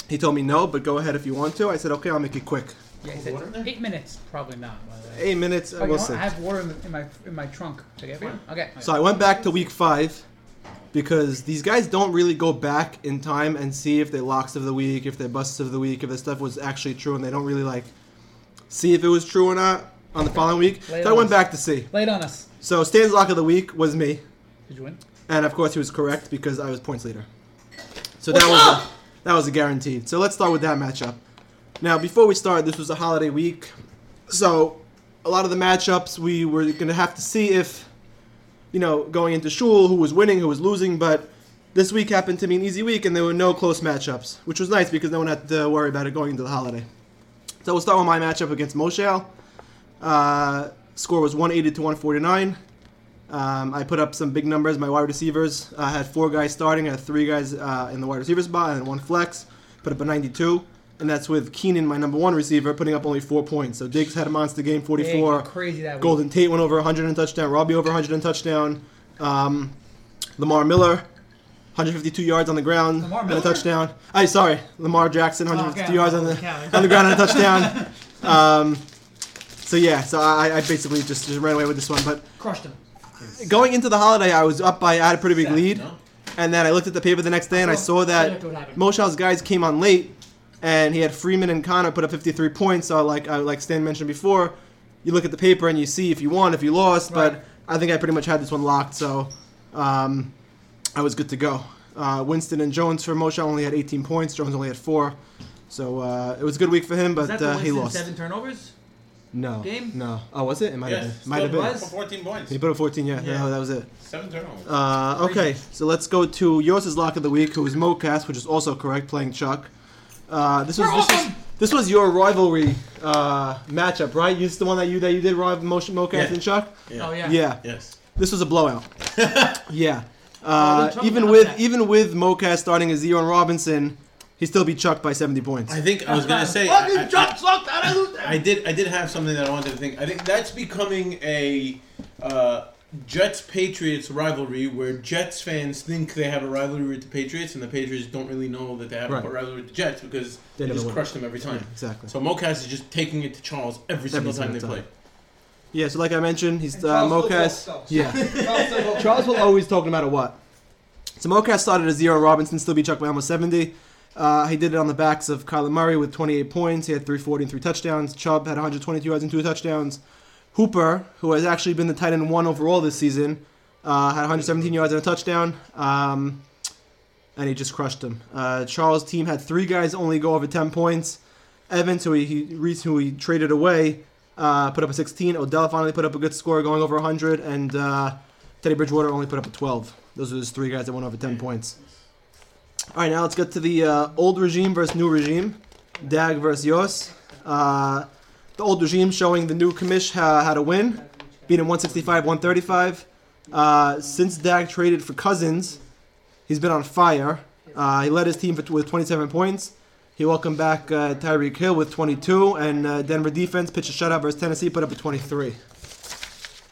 Speaker 3: He told me no, but go ahead if you want to. I said okay, I'll make it quick.
Speaker 2: Yeah, he said eight minutes. Probably not. By the way.
Speaker 3: Eight minutes.
Speaker 2: Oh,
Speaker 3: I
Speaker 2: you know
Speaker 3: will
Speaker 2: what? I
Speaker 3: see.
Speaker 2: have water in, the, in my in my trunk. Should I get one? Okay.
Speaker 3: So I went back to week five because these guys don't really go back in time and see if they're locks of the week, if they're busts of the week, if this stuff was actually true, and they don't really like see if it was true or not on the following week. So I went back to see.
Speaker 2: Lay it on us.
Speaker 3: So Stan's lock of the week was me.
Speaker 2: Did you win?
Speaker 3: And of course, he was correct because I was points leader. So
Speaker 2: What's
Speaker 3: that was
Speaker 2: up?
Speaker 3: a, that was a guaranteed. So let's start with that matchup. Now, before we start, this was a holiday week, so a lot of the matchups we were going to have to see if, you know, going into shul, who was winning, who was losing. But this week happened to be an easy week, and there were no close matchups, which was nice because no one had to worry about it going into the holiday. So we'll start with my matchup against Moshel. Uh, score was 180 to 149. Um, I put up some big numbers. My wide receivers uh, had four guys starting, I had three guys uh, in the wide receiver spot, and one flex. Put up a 92, and that's with Keenan, my number one receiver, putting up only four points. So Diggs had a monster game,
Speaker 2: Big,
Speaker 3: 44.
Speaker 2: crazy that
Speaker 3: Golden Tate went over 100 and touchdown. Robbie over 100 and touchdown. Um, Lamar Miller, 152 yards on the ground
Speaker 2: Lamar
Speaker 3: and a
Speaker 2: Miller? Oh,
Speaker 3: touchdown. I sorry, Lamar Jackson, 152
Speaker 2: okay.
Speaker 3: yards on the
Speaker 2: Okay.
Speaker 3: on the ground and a touchdown. um, so yeah, so I, I basically just, just ran away with this one. But
Speaker 2: week. crushed him.
Speaker 3: going into the holiday, I was up by I had a pretty big lead,
Speaker 1: no?
Speaker 3: and then I looked at the paper the next day and I
Speaker 2: So,
Speaker 3: saw that
Speaker 2: exactly what happened.
Speaker 3: Moshel's guys came on late, and he had Freeman and Connor put up 53 points. So like I, like Stan mentioned before, you look at the paper and you see if you won, if you lost.
Speaker 2: Right.
Speaker 3: But I think I pretty much had this one locked, so um, I was good to go. Uh, Winston and Jones for Moshel only had 18 points. Jones only had four. So uh, it was a good week for him,
Speaker 2: Is
Speaker 3: but
Speaker 2: that the
Speaker 3: uh, he
Speaker 2: Winston
Speaker 3: lost.
Speaker 2: seven turnovers?
Speaker 3: no,
Speaker 2: game?
Speaker 3: no. Oh, was it? It might have been. Might have been.
Speaker 2: was.
Speaker 1: 14 points.
Speaker 3: He put up 14. Yeah,
Speaker 1: Yeah.
Speaker 3: No, that was it.
Speaker 1: Seven turnovers.
Speaker 3: Uh, okay,
Speaker 2: Crazy.
Speaker 3: so let's go to yours lock of the week, who is MoCast, which is also correct, playing Chuck. Uh, this was
Speaker 2: We're
Speaker 3: this, was
Speaker 2: awesome!
Speaker 3: this was your rivalry uh, matchup, right? This is the one that you that you did rival Mo- MoCast
Speaker 1: Yeah.
Speaker 3: and Chuck.
Speaker 1: Yeah.
Speaker 2: Oh yeah.
Speaker 3: Yeah,
Speaker 1: Yes.
Speaker 3: this was a blowout. yeah,
Speaker 2: Well,
Speaker 3: uh,
Speaker 2: then Chuck
Speaker 3: even
Speaker 2: went
Speaker 3: with
Speaker 2: upset.
Speaker 3: even with MoCast starting as Zion Robinson, he still beat Chuck by 70 points.
Speaker 1: I think I was gonna say. I,
Speaker 2: Fucking
Speaker 1: I-
Speaker 2: Chuck sucked. How did I lose that?
Speaker 1: I did. I did have something that I wanted to think. I think that's becoming a uh, Jets Patriots rivalry where Jets fans think they have a rivalry with the Patriots, and the Patriots don't really know that they have
Speaker 3: Right.
Speaker 1: a rivalry with the Jets because
Speaker 3: They
Speaker 1: they,
Speaker 3: never
Speaker 1: just
Speaker 3: win.
Speaker 1: crush them every time.
Speaker 3: exactly.
Speaker 1: So Mocas is just taking it to Charles every single time
Speaker 3: single
Speaker 1: they
Speaker 3: time.
Speaker 1: play.
Speaker 3: Yeah, so like I mentioned, he's
Speaker 4: And Charles
Speaker 3: uh,
Speaker 4: will
Speaker 3: MoCast.
Speaker 4: vote, though.
Speaker 3: Yeah, Charles will always talk no matter what. So Mocast started at zero. Robinson still beat Chuck by almost 70. Uh, he did it on the backs of Kyler Murray with 28 points. He had 340 and three touchdowns. Chubb had 122 yards and two touchdowns. Hooper, who has actually been the tight end one overall this season, uh, had 117 yards and a touchdown. Um, and he just crushed him. Uh, Charles' team had three guys only go over 10 points. Evans, who he, he Reese, who he traded away, uh, put up a 16. Odell finally put up a good score, going over 100, and uh, Teddy Bridgewater only put up a 12. Those are his three guys that went over 10 points. All right, now let's get to the uh, old regime versus new regime. Dag versus Yos. Uh, the old regime showing the new commish uh, how to win, beating 165, 135. Uh, since Dag traded for Cousins, he's been on fire. Uh, he led his team for, with 27 points. He welcomed back uh, Tyreek Hill with 22, and uh, Denver defense pitched a shutout versus Tennessee, put up a 23.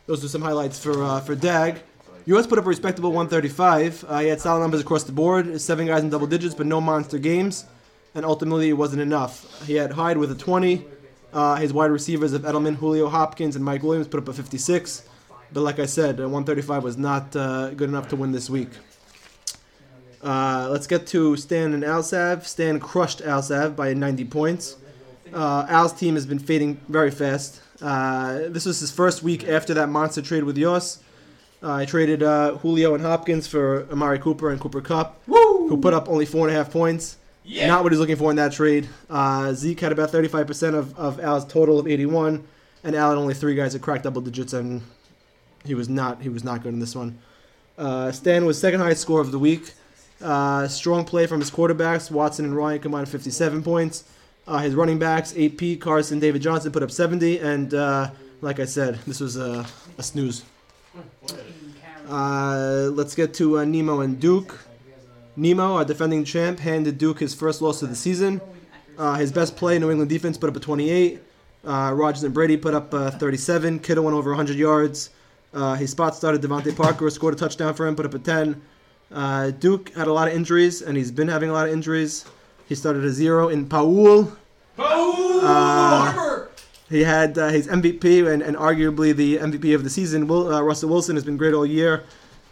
Speaker 3: Those are some highlights for uh, for Dag. U.S. put up a respectable 135. Uh, he had solid numbers across the board, seven guys in double digits, but no monster games, and ultimately it wasn't enough. He had Hyde with a 20. Uh, his wide receivers of Edelman, Julio Hopkins, and Mike Williams put up a 56. But like I said, uh, 135 was not uh, good enough to win this week. Uh, let's get to Stan and Alsav. Stan crushed Alsav by 90 points. Uh, Al's team has been fading very fast. Uh, this was his first week after that monster trade with Yos. Uh, I traded uh, Julio and Hopkins for Amari Cooper and Cooper Cup, who put up only four and a half points. Not what he's looking for in that trade. Uh, Zeke had about 35% of, of Al's total of 81, and Al had only three guys that cracked double digits, and he was not he was not good in this one. Uh, Stan was second highest score of the week. Uh, strong play from his quarterbacks. Watson and Ryan combined 57 points. Uh, his running backs, AP, Carson, David Johnson put up 70. And uh, like I said, this was a, a snooze. Uh, let's get to uh, Nemo and Duke. Nemo, our defending champ, handed Duke his first loss of the season. Uh, his best play, New England defense, put up a 28. Uh, Rogers and Brady put up uh, 37. Kittle went over 100 yards. Uh, his spot started Devontae Parker, scored a touchdown for him, put up a 10. Uh, Duke had a lot of injuries, and he's been having a lot of injuries. He started a zero in Paul.
Speaker 4: Oh,
Speaker 3: Uh,
Speaker 4: Harbor!
Speaker 3: He had uh, his MVP and, and arguably the MVP of the season. Will, uh, Russell Wilson has been great all year,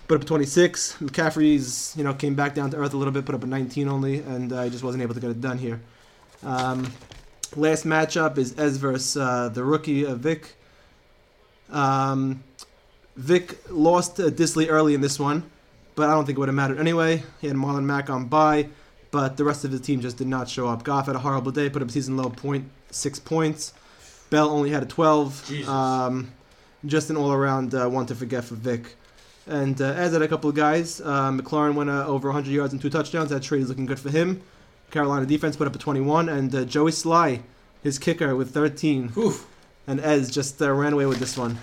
Speaker 3: put up 26. McCaffrey's you know came back down to earth a little bit, put up a 19 only, and uh, he just wasn't able to get it done here. Um, last matchup is Ez versus uh, the rookie uh, Vic. Um, Vic lost uh, Disley early in this one, but I don't think it would have mattered anyway. He had Marlon Mack on bye, but the rest of his team just did not show up. Goff had a horrible day, put up season low point six points. Bell only had a 12.
Speaker 4: Jesus.
Speaker 3: Um, just an all around uh, one to forget for Vic. And uh, as had a couple of guys, uh, McLaurin went uh, over 100 yards and two touchdowns. That trade is looking good for him. Carolina defense put up a 21, and uh, Joey Sly, his kicker, with 13.
Speaker 4: Oof.
Speaker 3: And Ez just uh, ran away with this one.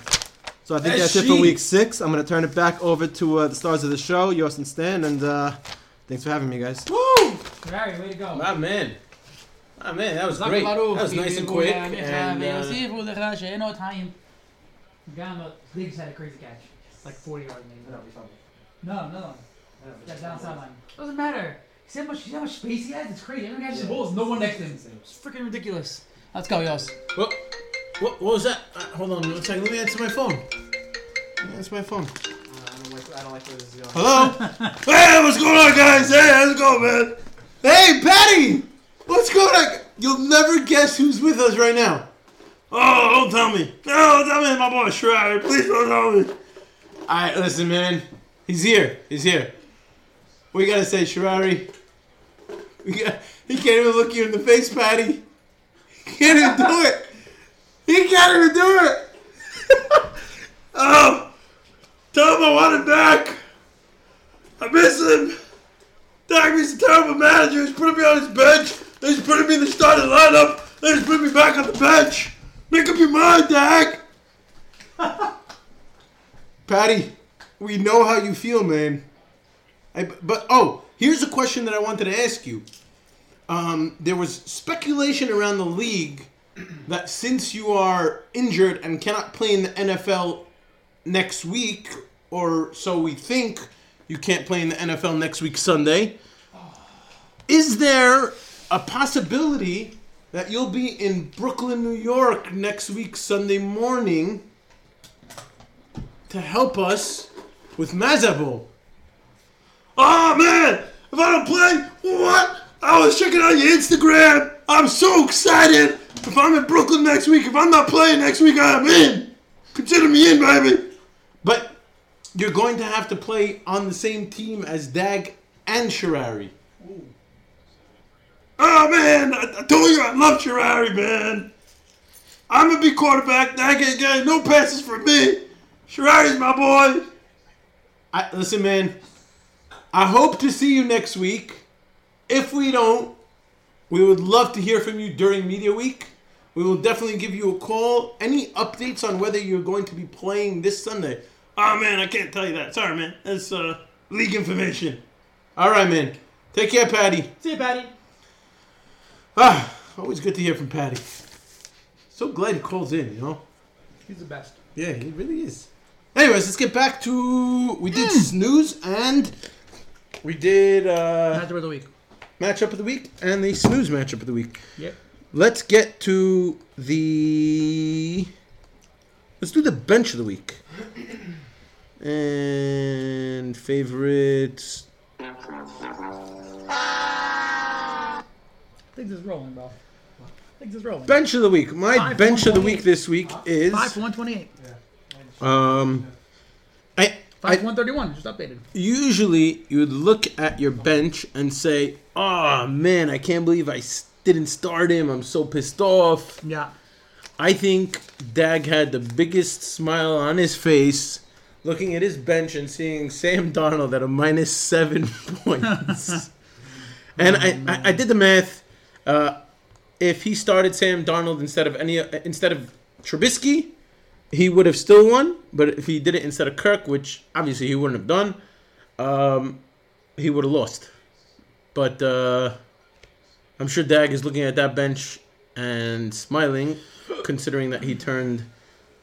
Speaker 3: So I think
Speaker 4: Ez
Speaker 3: that's it for
Speaker 4: Sheen.
Speaker 3: week six. I'm going to turn it back over to uh, the stars of the show, Yost and Stan, and uh, thanks for having me, guys.
Speaker 2: Ferrari, way to go.
Speaker 1: My Ah, man. My man, that was
Speaker 2: Zach
Speaker 1: great. That
Speaker 2: Baruch,
Speaker 1: was
Speaker 2: he
Speaker 1: nice
Speaker 2: did
Speaker 1: and
Speaker 2: all
Speaker 1: quick.
Speaker 2: that.
Speaker 1: And,
Speaker 2: Yeah,
Speaker 1: uh,
Speaker 2: see if all the rush, you know, time. Gamma, they just had a crazy catch. Like 40 yards maybe. No, no. That down sideline. Doesn't matter. See how much, see how much space he has? It's crazy. Everyone catches the ball. There's no one next to him. It's freaking ridiculous. Let's go, Yos.
Speaker 1: what, what, what was that? Uh, hold on one second. Let me answer my phone. That's my phone.
Speaker 4: I don't like, I don't like where this is going.
Speaker 1: Hello. hey, what's going on, guys? Hey, how's it going, man?
Speaker 4: Hey, Patty! What's going on? You'll never guess who's with us right now.
Speaker 1: Oh, don't tell me. No, don't tell me, my boy Shroud. Please don't tell me.
Speaker 4: Alright, listen, man. He's here. He's here. We gotta say, Shirari. We got, he can't even look you in the face, Patty. He can't even do it. He can't even do it.
Speaker 1: Oh, tell him I want him back. I miss him. Dak is a terrible manager. He's putting me on his bench. He's putting me in the starting lineup. He's putting me back on the bench. Make up your mind, Dak.
Speaker 4: Patty, we know how you feel, man. I, but oh, here's a question that I wanted to ask you. Um, there was speculation around the league that since you are injured and cannot play in the NFL next week, or so we think, you can't play in the NFL next week Sunday. Is there a possibility that you'll be in Brooklyn, New York next week Sunday morning? to help us with Mazabo.
Speaker 1: Oh man, if I don't play, what? I was checking out your Instagram. I'm so excited. If I'm in Brooklyn next week, if I'm not playing next week, I'm in. Consider me in, baby. But you're going to have to play on the same team as Dag and Shirari. Oh man, I, I told you I love Shirari, man. I'm a big quarterback. Dag ain't getting no passes from me. Shirari's my boy. I, listen, man. I hope to see you next week. If we don't, we would love to hear from you during media week. We will definitely give you a call. Any updates on whether you're going to be playing this Sunday? Oh man, I can't tell you that. Sorry, man. That's uh, league information. All right, man. Take care, Patty.
Speaker 2: See you, Patty.
Speaker 1: Ah, always good to hear from Patty. So glad he calls in. You know.
Speaker 2: He's the best.
Speaker 1: Yeah, he really is. Anyways, let's get back to we did snooze and we did uh,
Speaker 2: Manager of the week.
Speaker 1: matchup of the week and the snooze matchup of the week.
Speaker 2: Yep.
Speaker 1: Let's get to the let's do the bench of the week and favorites.
Speaker 2: Things is rolling, bro. Things is rolling.
Speaker 1: Bench of the week. My
Speaker 2: Five,
Speaker 1: bench
Speaker 2: four,
Speaker 1: of the
Speaker 2: one,
Speaker 1: week this week is
Speaker 2: Five for one twenty-eight.
Speaker 1: um. I,
Speaker 2: Five
Speaker 1: I,
Speaker 2: for one thirty-one. Just updated.
Speaker 1: usually you would look at your bench and say, "Oh man, I can't believe I s- didn't start him. I'm so pissed off."
Speaker 2: Yeah.
Speaker 1: I think Dag had the biggest smile on his face looking at his bench and seeing Sam Donald at a minus 7 points. and I, I, I did the math. Uh, if he started Sam Donald instead of any instead of Trubisky, he would have still won, but if he did it instead of Kirk, which obviously he wouldn't have done, um, he would have lost. But uh, I'm sure Dag is looking at that bench and smiling, considering that he turned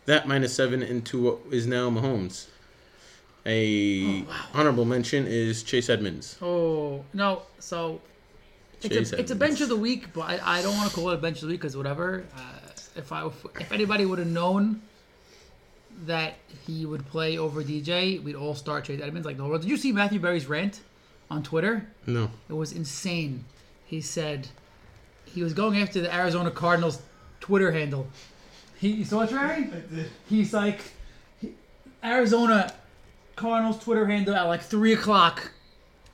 Speaker 1: that minus seven into what is now Mahomes. A honorable mention is Chase Edmonds.
Speaker 2: Oh no. So it's
Speaker 1: Chase
Speaker 2: a, it's a
Speaker 1: Edmonds.
Speaker 2: bench of the week, but I, I don't want to call it a bench of the week because whatever. Uh, if I if anybody would have known that he would play over DJ, we'd all start Chase Edmonds like the whole world. Did you see Matthew Berry's rant on Twitter?
Speaker 1: No.
Speaker 2: It was insane. He said he was going after the Arizona Cardinals Twitter handle. He you saw it, Trey? He's like he- Arizona Cardinals Twitter handle at like three o'clock.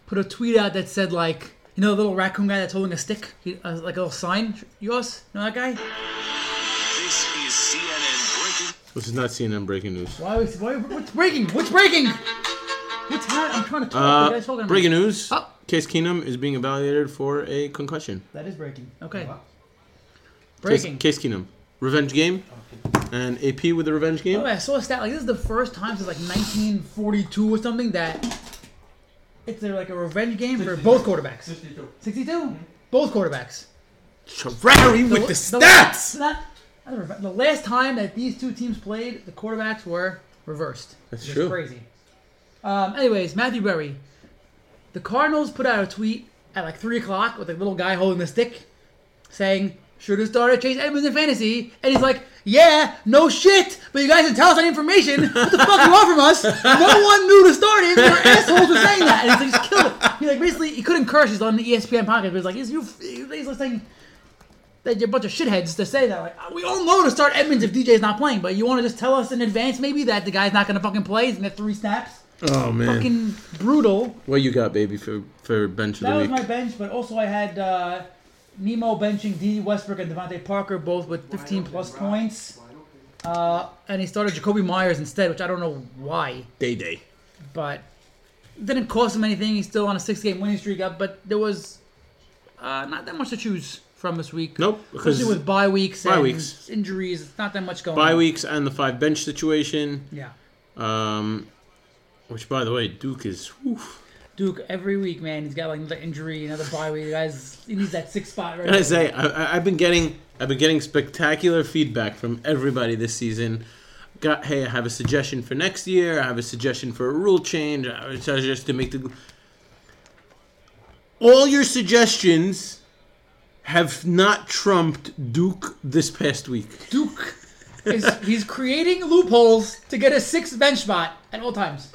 Speaker 2: Put a tweet out that said like you know the little raccoon guy that's holding a stick, he, uh, like a little sign. Yours, know that guy?
Speaker 5: This is CNN breaking.
Speaker 1: This is not CNN breaking news.
Speaker 2: Why? Was, why? What's breaking? What's breaking? What's happening? I'm trying to talk. Oh,
Speaker 1: Uh,
Speaker 2: you guys talking to me.
Speaker 1: breaking news.
Speaker 2: Oh.
Speaker 1: Case Keenum is being evaluated for a concussion.
Speaker 2: That is breaking. Okay.
Speaker 1: Case,
Speaker 2: Breaking.
Speaker 1: Case Keenum. Revenge game. And AP with the revenge
Speaker 2: Oh,
Speaker 1: game.
Speaker 2: I saw a stat like this is the first time since like 1942 or something that it's a, like a revenge game for both quarterbacks. 62, both quarterbacks.
Speaker 1: Ferrari with the stats!
Speaker 2: not- not the reve- the last time that these two teams played, the quarterbacks were reversed.
Speaker 1: That's
Speaker 2: It's
Speaker 1: true.
Speaker 2: Crazy. Um, anyways, Matthew Berry, the Cardinals put out a tweet at like three o'clock with a little guy holding the stick, saying should have started Chase Edmonds in fantasy, and he's like, "Yeah, no shit, but you guys didn't tell us any information. What the fuck you want from us? No one knew to start him. Your assholes were saying that, and he's like, just killed it. He like basically he couldn't curse. He's on the E ESPN podcast, but he's like, he's you, he's like saying that you're a bunch of shitheads to say that. Like, we all know to start Edmonds if DJ's not playing, but you want to just tell us in advance maybe that the guy's not going to fucking play. He's going to three snaps.
Speaker 1: Oh, man.
Speaker 2: Fucking brutal.
Speaker 1: What you got, baby, for, for bench of
Speaker 2: That
Speaker 1: the
Speaker 2: was
Speaker 1: week?
Speaker 2: my bench, but also I had uh, Nemo benching D. Westbrook and Devontae Parker both with 15 plus points. Uh, and he started Jacoby Myers instead, which I don't know why,
Speaker 1: Day Day.
Speaker 2: but didn't cost him anything. He's still on a six-game winning streak up, but there was uh, not that much to choose from this week.
Speaker 1: Nope. Because
Speaker 2: Especially with bye weeks
Speaker 1: Bye
Speaker 2: and
Speaker 1: weeks.
Speaker 2: injuries, it's not that much going
Speaker 1: bye
Speaker 2: on.
Speaker 1: weeks and the five bench situation.
Speaker 2: Yeah.
Speaker 1: Um, which, by the way, Duke is. Oof.
Speaker 2: Duke, every week, man, he's got like another injury, another bye week. The guys, he needs that sixth spot right
Speaker 1: Can I
Speaker 2: away.
Speaker 1: say I, I, I've been getting I've been getting spectacular feedback from everybody this season. Got hey, I have a suggestion for next year. I have a suggestion for a rule change. I have a suggestion to make the. All your suggestions have not trumped Duke this past week.
Speaker 2: Duke is he's creating loopholes to get a sixth bench spot at all times.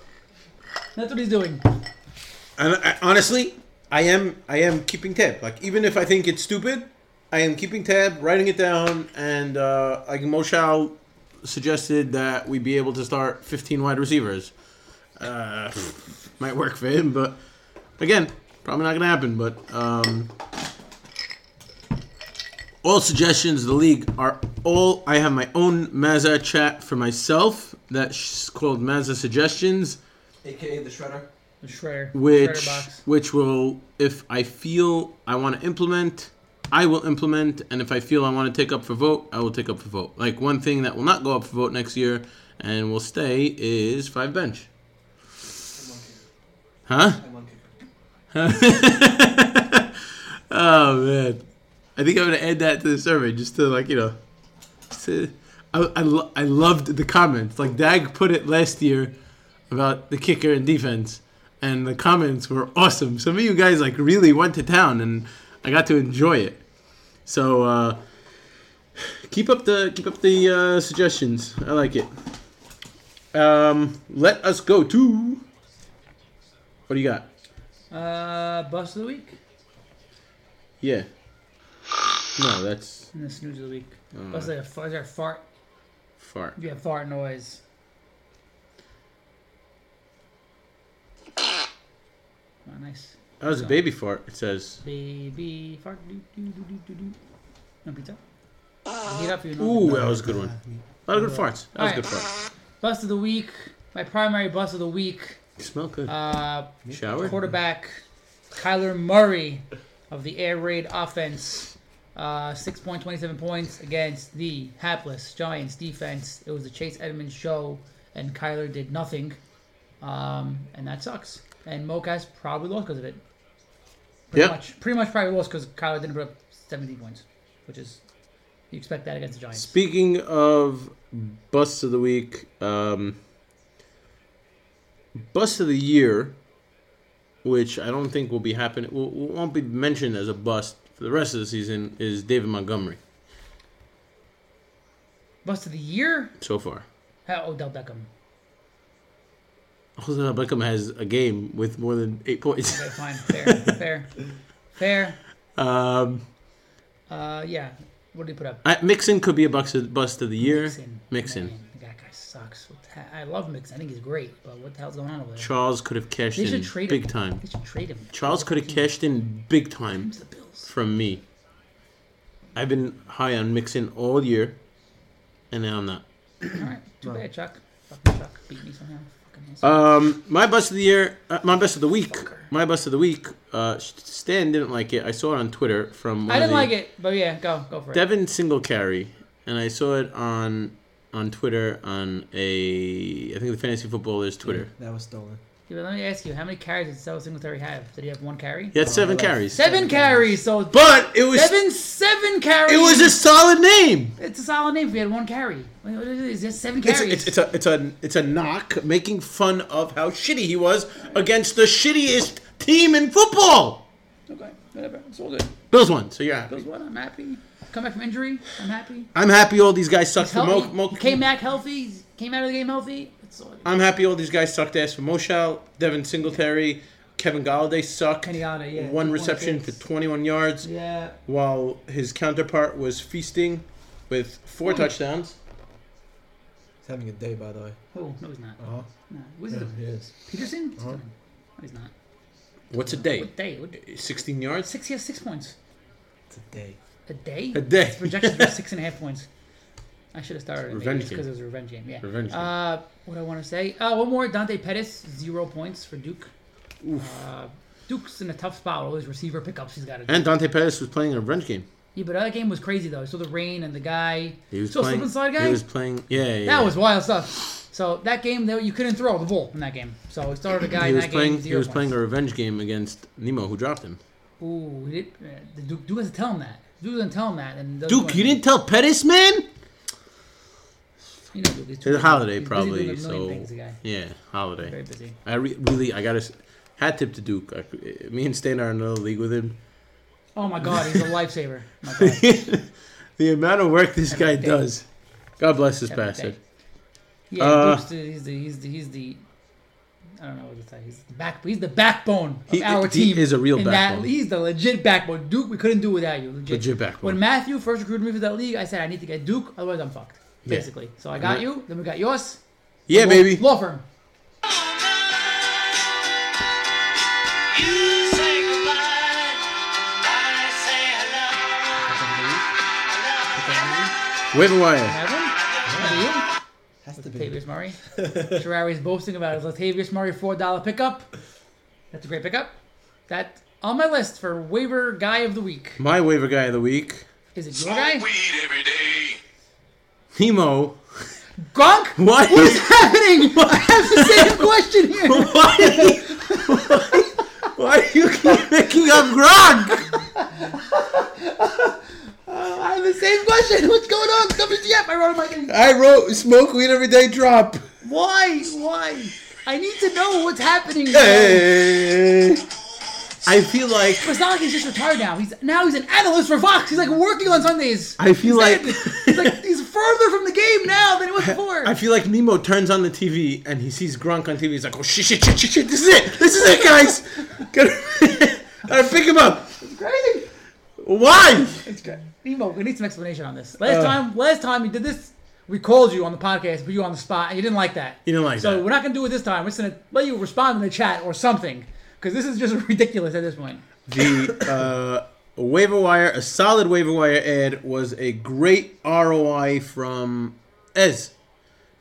Speaker 2: That's what he's doing.
Speaker 1: and I, honestly, I am I am keeping tab. Like even if I think it's stupid, I am keeping tab, writing it down, and uh, like Moshal suggested that we be able to start 15 wide receivers. Uh, might work for him, but again, probably not gonna happen. But um, all suggestions of the league are all. I have my own Mazza chat for myself that's called Mazza Suggestions
Speaker 6: AKA the shredder.
Speaker 2: The shredder.
Speaker 1: which
Speaker 2: shredder box.
Speaker 1: which will if I feel I want to implement, I will implement, and if I feel I want to take up for vote, I will take up for vote. Like one thing that will not go up for vote next year and will stay is five bench. Huh?
Speaker 6: And one kicker.
Speaker 1: oh man, I think I'm gonna add that to the survey just to like you know. just to- I, I, lo- I loved the comments. Like Dag put it last year about the kicker and defense, and the comments were awesome. Some of you guys like really went to town, and I got to enjoy it. So uh, keep up the keep up the uh, suggestions. I like it. Um, let us go to. What do you got?
Speaker 2: Uh, bust of the week
Speaker 1: Yeah. No, that's
Speaker 2: and the snooze of the week.
Speaker 1: Uh,
Speaker 2: Bust like a, f- like a fart.
Speaker 1: far.
Speaker 2: Yeah, fart noise. Oh, nice.
Speaker 1: That was a baby fart. It says.
Speaker 2: Baby fart. Do, do, do, do, do, do. No pizza. I'll heat up for you. no
Speaker 1: Ooh, that was a good one. A lot of good farts. That was a good fart.
Speaker 2: Bust of the week. My primary bust of the week.
Speaker 1: You smell good.
Speaker 2: Uh,
Speaker 1: Shower.
Speaker 2: quarterback Kyler Murray of the air raid offense. Uh, 6.27 points against the hapless Giants defense. It was the Chase Edmonds show, and Kyler did nothing. Um, and that sucks. And Mocas probably lost because of it. Pretty
Speaker 1: Yeah.
Speaker 2: much. Pretty much probably lost because Kyler didn't put up 17 points, which is, you expect that against the Giants.
Speaker 1: Speaking of busts of the week, um, bust of the year, which I don't think will be happening, will, won't be mentioned as a bust for the rest of the season, is David Montgomery
Speaker 2: Bust of the year?
Speaker 1: so far.
Speaker 2: How Odell Beckham.
Speaker 1: Jose Beckham has a game with more than eight points.
Speaker 2: Okay, fine. Fair. fair. Fair.
Speaker 1: Um,
Speaker 2: Uh, yeah. What did he put up?
Speaker 1: I, Mixon could be a bust of, bust of the year. Mixon.
Speaker 2: Man, that guy sucks. What the he- I love Mixon. I think he's great, but what the hell's going on over there?
Speaker 1: Charles could have cashed
Speaker 2: they
Speaker 1: in
Speaker 2: should trade
Speaker 1: big
Speaker 2: him.
Speaker 1: time.
Speaker 2: They should trade him.
Speaker 1: Charles could have cashed in big time
Speaker 2: The Bills.
Speaker 1: from me. I've been high on Mixon all year, and now I'm not.
Speaker 2: All right. Too bad, Chuck. Fucking Chuck beat me somehow. Fucking asshole.
Speaker 1: Um, my bust of the year, uh, my bust of the week, my bust of the week. Uh, Stan didn't like it. I saw it on Twitter from. one
Speaker 2: I
Speaker 1: of
Speaker 2: didn't
Speaker 1: the-
Speaker 2: like it, but yeah, go go for it.
Speaker 1: Devin Singletary, and I saw it on on Twitter on a I think the fantasy footballers Twitter.
Speaker 6: That was stolen.
Speaker 2: Yeah, but let me ask you, how many carries did Sal Singletary have? Did he have one carry?
Speaker 1: He had seven carries,
Speaker 2: Oh, Seven carries. So
Speaker 1: but it was
Speaker 2: seven seven carries.
Speaker 1: it was a solid name.
Speaker 2: It's a solid name. If we had one carry, Wait, what is it? Is this seven
Speaker 1: It's,
Speaker 2: carries?
Speaker 1: it's, it's a it's a it's a knock making fun of how shitty he was against the shittiest team in football.
Speaker 2: okay, whatever. It's all good.
Speaker 1: Bills won, so you're happy.
Speaker 2: Goes what? I'm happy. Come back from injury. I'm happy.
Speaker 1: I'm happy all these guys sucked for Mo,
Speaker 2: Healthy.
Speaker 1: Mo,
Speaker 2: He came back healthy. He Came out of the game healthy. It's all good.
Speaker 1: I'm happy all these guys sucked ass for Moshal, Devin Singletary, Kevin Galladay sucked.
Speaker 2: Kenny Galladay, yeah,
Speaker 1: One
Speaker 2: 21
Speaker 1: reception for
Speaker 2: picks.
Speaker 1: 21 yards,
Speaker 2: Yeah.
Speaker 1: while his counterpart was feasting with four
Speaker 2: Hmm.
Speaker 1: touchdowns.
Speaker 6: He's having a day, by the way.
Speaker 2: Who? No, he's not.
Speaker 6: Uh
Speaker 1: Uh-huh.
Speaker 6: huh.
Speaker 2: No. Who's it?
Speaker 6: He is.
Speaker 2: Peterson? He's killing. No, he's not.
Speaker 1: What's a day?
Speaker 2: What day? What day?
Speaker 1: 16 yards?
Speaker 2: Six. He has six points.
Speaker 6: It's a day.
Speaker 2: A day.
Speaker 1: A day.
Speaker 2: Projections were six and a half points. I should have started it
Speaker 1: Revenge
Speaker 2: because
Speaker 1: game.
Speaker 2: it was a revenge game. Yeah.
Speaker 1: Revenge game.
Speaker 2: Uh, what do I want to say? Uh, one more. Dante Pettis, zero points for Duke. Uh, Duke's in a tough spot. with All his receiver pickups, he's got to do.
Speaker 1: And Dante Pettis was playing a revenge game.
Speaker 2: Yeah, but that game was crazy though. So the rain and the guy.
Speaker 1: He was
Speaker 2: so
Speaker 1: playing.
Speaker 2: slip and slide guy.
Speaker 1: He was playing. Yeah, yeah. yeah.
Speaker 2: That was wild stuff. So that game, though, you couldn't throw the ball in that game. So it started a guy
Speaker 1: He
Speaker 2: in
Speaker 1: was
Speaker 2: that
Speaker 1: playing.
Speaker 2: game.
Speaker 1: He
Speaker 2: Zero
Speaker 1: was
Speaker 2: points.
Speaker 1: playing a revenge game against Nemo, who dropped him.
Speaker 2: Ooh, he did, uh, the Duke, Duke doesn't tell him that. Duke doesn't tell him that. And doesn't
Speaker 1: Duke,
Speaker 2: want
Speaker 1: you
Speaker 2: to-
Speaker 1: didn't tell Pettis, man.
Speaker 2: You know, Duke, he's too
Speaker 1: It's a
Speaker 2: busy-
Speaker 1: holiday,
Speaker 2: he's busy doing
Speaker 1: probably.
Speaker 2: a million
Speaker 1: So
Speaker 2: things, the guy.
Speaker 1: yeah,
Speaker 2: very
Speaker 1: holiday.
Speaker 2: busy.
Speaker 1: I re- really, I gotta s- hat tip to Duke. I, c- me and Stan are in another league with him.
Speaker 2: Oh my God, he's a lifesaver. My God.
Speaker 1: The amount of work this guy
Speaker 2: day.
Speaker 1: does. God bless this
Speaker 2: Every
Speaker 1: bastard.
Speaker 2: day. Yeah,
Speaker 1: Uh,
Speaker 2: Duke's the, he's the he's the he's the. I don't know what to say. He's the back. He's the backbone of
Speaker 1: He-
Speaker 2: our
Speaker 1: he
Speaker 2: team.
Speaker 1: is a real
Speaker 2: In that-
Speaker 1: backbone.
Speaker 2: he's the legit backbone. Duke, we couldn't do without you. Legit,
Speaker 1: Legit backbone.
Speaker 2: When Matthew first recruited me for that league, I said I need to get Duke, otherwise I'm fucked.
Speaker 1: Yeah.
Speaker 2: Basically. So I got
Speaker 1: then-
Speaker 2: you. Then we got yours.
Speaker 1: Yeah,
Speaker 2: Law-
Speaker 1: baby.
Speaker 2: Law firm.
Speaker 5: You say goodbye. I say hello.
Speaker 1: Waiver wire.
Speaker 2: Evan? How
Speaker 6: Has to
Speaker 2: do you?
Speaker 6: be.
Speaker 2: Latavius Murray. Terrari's boasting about his Latavius Murray four dollar pickup. That's a great pickup. That on my list for waiver guy of the week.
Speaker 1: My waiver guy of the week,
Speaker 2: Is it your guy?
Speaker 5: Weed every day.
Speaker 1: Hemo.
Speaker 2: Gronk?
Speaker 1: What?
Speaker 2: What's happening? I have the same question here.
Speaker 1: Why? Why do you keep making up Gronk?
Speaker 2: I have the same question. What's going on? WTF? I wrote my thing.
Speaker 1: I wrote smoke weed every day drop.
Speaker 2: Why? Why? I need to know what's happening. man.
Speaker 1: Hey. I feel like
Speaker 2: It's not like he's just retired now. He's now he's an analyst for Fox. He's like working on Sundays.
Speaker 1: I feel
Speaker 2: He's
Speaker 1: like-
Speaker 2: dead. he's like he's further from the game now than he was before.
Speaker 1: I feel like Nemo turns on the TV and he sees Gronk on TV. He's like, oh shit, shit, shit, shit, shit. This is it. This is it, guys. Gotta, gotta pick him up.
Speaker 2: it's crazy.
Speaker 1: Why?
Speaker 2: It's great. Nemo, we need some explanation on this.
Speaker 1: Uh.
Speaker 2: Last time, last time you did this, we called you on the podcast, put you on the spot, and you didn't like that.
Speaker 1: You didn't like
Speaker 2: So
Speaker 1: that.
Speaker 2: we're not gonna do it this time. We're just gonna let you respond in the chat or something, because this is just ridiculous at this point.
Speaker 1: the uh, waiver wire, a solid waiver wire ad was a great ROI from Ez,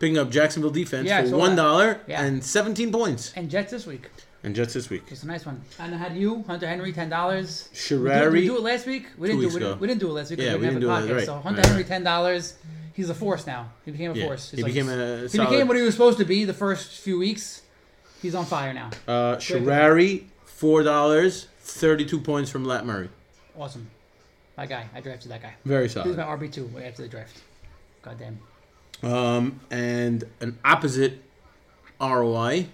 Speaker 1: picking up Jacksonville defense
Speaker 2: Yeah, I
Speaker 1: for
Speaker 2: saw
Speaker 1: one dollar
Speaker 2: Yeah.
Speaker 1: and seventeen points.
Speaker 2: And Jets this week,
Speaker 1: And just this week,
Speaker 2: it's a nice one. And I had you, Hunter Henry, ten dollars. Did we do it
Speaker 1: Shirari.
Speaker 2: last week? We didn't
Speaker 1: weeks
Speaker 2: do it.
Speaker 1: ago.
Speaker 2: We didn't do it last week. 'cause
Speaker 1: Yeah,
Speaker 2: we didn't
Speaker 1: we
Speaker 2: have
Speaker 1: didn't
Speaker 2: a
Speaker 1: do it,
Speaker 2: podcast. So
Speaker 1: right,
Speaker 2: Hunter
Speaker 1: right,
Speaker 2: Henry, ten dollars. He's a force now. He became a
Speaker 1: Yeah,
Speaker 2: force. He's
Speaker 1: he became a
Speaker 2: he
Speaker 1: solid-
Speaker 2: became what he was supposed to be the first few weeks. He's on fire now.
Speaker 1: Uh, Shirari, four dollars, thirty-two points from Lat Murray.
Speaker 2: Awesome. My guy. I drafted that guy.
Speaker 1: Very
Speaker 2: He was my
Speaker 1: solid.
Speaker 2: RB two way after the draft. God damn.
Speaker 1: Um, and an opposite ROI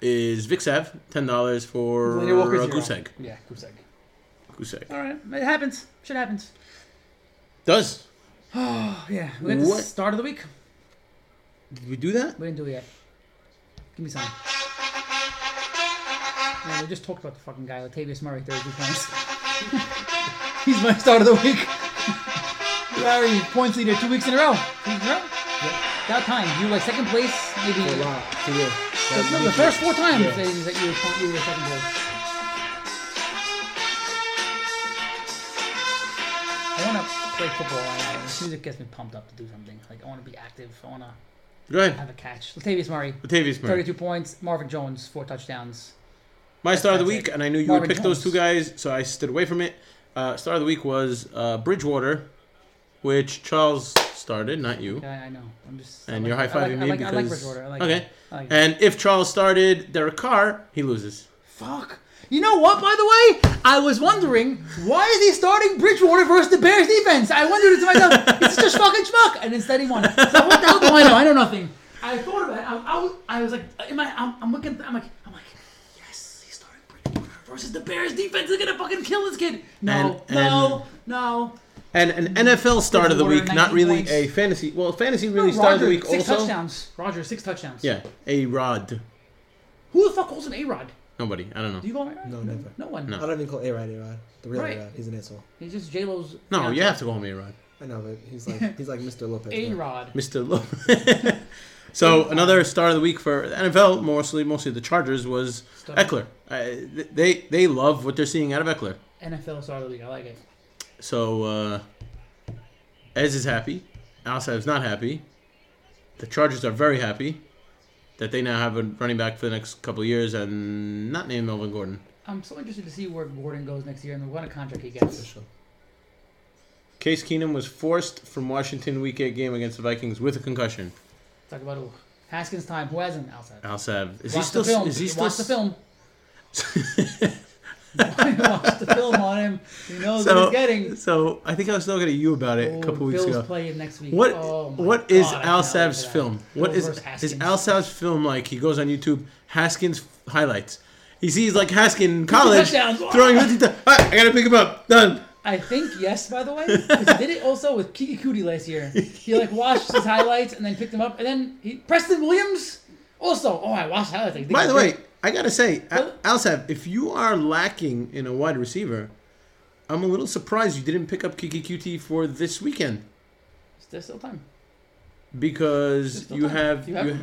Speaker 1: is Vixav, ten dollars for
Speaker 2: Delaney Walker's
Speaker 1: uh,
Speaker 2: zero.
Speaker 1: Goose Egg.
Speaker 2: Yeah, goose egg.
Speaker 1: Goose Egg.
Speaker 2: All right, it happens. Shit happens.
Speaker 1: Does
Speaker 2: Oh yeah. We got the
Speaker 1: What?
Speaker 2: start of the week.
Speaker 1: did we do that?
Speaker 2: We didn't do it yet. Give me some. Man, we just talked about the fucking guy, Latavius Murray, 32 points. He's my start of the week. Larry, points leader, two weeks in a row. Two weeks in a row? That time, you were like second place, maybe.
Speaker 6: Wow, to you. That
Speaker 2: No, the
Speaker 6: means
Speaker 2: first four times that you that you were, point- you were second place. I want to play football right now. This music gets me pumped up to do something. Like, I want to be active. I want to
Speaker 1: Go ahead.
Speaker 2: have a catch. Latavius Murray.
Speaker 1: Latavius Murray.
Speaker 2: 32 points. Marvin Jones, four touchdowns.
Speaker 1: My star of the
Speaker 2: That's
Speaker 1: week,
Speaker 2: it.
Speaker 1: and I knew you
Speaker 2: Marvin
Speaker 1: would pick those two
Speaker 2: Jones.
Speaker 1: guys, so I stood away from it. Uh, star of the week was uh, Bridgewater, which Charles started, not you.
Speaker 2: Yeah, I know. I'm just. I
Speaker 1: And
Speaker 2: like-
Speaker 1: you're high
Speaker 2: I like-
Speaker 1: fiving
Speaker 2: I
Speaker 1: me
Speaker 2: like,
Speaker 1: because
Speaker 2: I like Bridgewater. I like
Speaker 1: okay.
Speaker 2: it. I like it.
Speaker 1: and if Charles started Derek Carr, he loses.
Speaker 2: Fuck. You know what? By the way, I was wondering why is he starting Bridgewater versus the Bears defense? I wondered to myself, it's just fucking schmuck, and instead he won. So what the hell do I know? I know nothing. I thought about it. I, I, was, I was like, in my, I'm, I'm looking. I'm like, I'm like, yes, he's starting Bridgewater versus the Bears defense. They're gonna fucking kill this kid. No,
Speaker 1: And-
Speaker 2: no, no.
Speaker 1: And an
Speaker 2: Mm-hmm.
Speaker 1: NFL start of the
Speaker 2: Bridgewater,
Speaker 1: week, not really
Speaker 2: 19
Speaker 1: a
Speaker 2: points.
Speaker 1: fantasy. Well, fantasy really start of the week
Speaker 2: six
Speaker 1: also.
Speaker 2: touchdowns. Roger, six touchdowns.
Speaker 1: Yeah, a Rod.
Speaker 2: Who the fuck calls him A Rod?
Speaker 1: Nobody. I don't know.
Speaker 2: Do you call him A Rod?
Speaker 6: No, never.
Speaker 2: No one.
Speaker 1: No.
Speaker 6: I don't even call A-Rod A-Rod. The real
Speaker 2: Right.
Speaker 6: A-Rod. He's an asshole.
Speaker 2: He's just J Lo's.
Speaker 1: No, you have to call me a Rod,
Speaker 6: I know, but he's like he's like Mr. Lopez.
Speaker 2: A
Speaker 6: man.
Speaker 2: Rod.
Speaker 1: Mister. Lo- so another star of the week for the NFL, mostly mostly the Chargers, was
Speaker 2: Stunning.
Speaker 1: Eckler. Uh, th- they they love what they're seeing out of Eckler.
Speaker 2: NFL Star of the Week. I like it.
Speaker 1: So uh, Ez is happy. Alside is not happy. The Chargers are very happy that they now have a running back for the next couple of years and not named Melvin Gordon.
Speaker 2: I'm so interested to see where Gordon goes next year and what a contract he gets.
Speaker 6: Official.
Speaker 1: Case Keenum was forced from Washington Week 8 game against the Vikings with a concussion.
Speaker 2: Talk about ooh, Haskins time. Who hasn't outside?
Speaker 1: Al Sav, is
Speaker 2: Watch
Speaker 1: he still?
Speaker 2: the film.
Speaker 1: Is he still?
Speaker 2: Watch the film. Watch the film on him. He knows what
Speaker 1: So,
Speaker 2: he's getting.
Speaker 1: so I think I was talking to you about it a couple
Speaker 2: Ooh,
Speaker 1: weeks
Speaker 2: Bills
Speaker 1: ago.
Speaker 2: play it next week.
Speaker 1: What
Speaker 2: Oh my
Speaker 1: what is
Speaker 2: God, I
Speaker 1: Al
Speaker 2: cannot wait
Speaker 1: Sav's
Speaker 2: for that.
Speaker 1: film? What
Speaker 2: Bills
Speaker 1: is
Speaker 2: versus
Speaker 1: is
Speaker 2: Haskins.
Speaker 1: Al Sav's film like? He goes on YouTube, Haskins highlights. He sees like Haskins in college
Speaker 2: touchdowns.
Speaker 1: throwing 50 tou- Ah, I gotta pick him up. Done.
Speaker 2: I think yes, by the way. 'cause he did it also with Kiki Cootie last year. He like watched his highlights and then picked him up, and then he Preston Williams Also, oh, I watched that thing.
Speaker 1: By the way, I gotta say, Al- Alsab, if you are lacking in a wide receiver, I'm a little surprised you didn't pick up Kiki QT for this weekend
Speaker 2: there's still time. There's
Speaker 1: because
Speaker 2: still
Speaker 1: you
Speaker 2: time.
Speaker 1: have,
Speaker 2: you
Speaker 1: you
Speaker 2: have
Speaker 1: ha-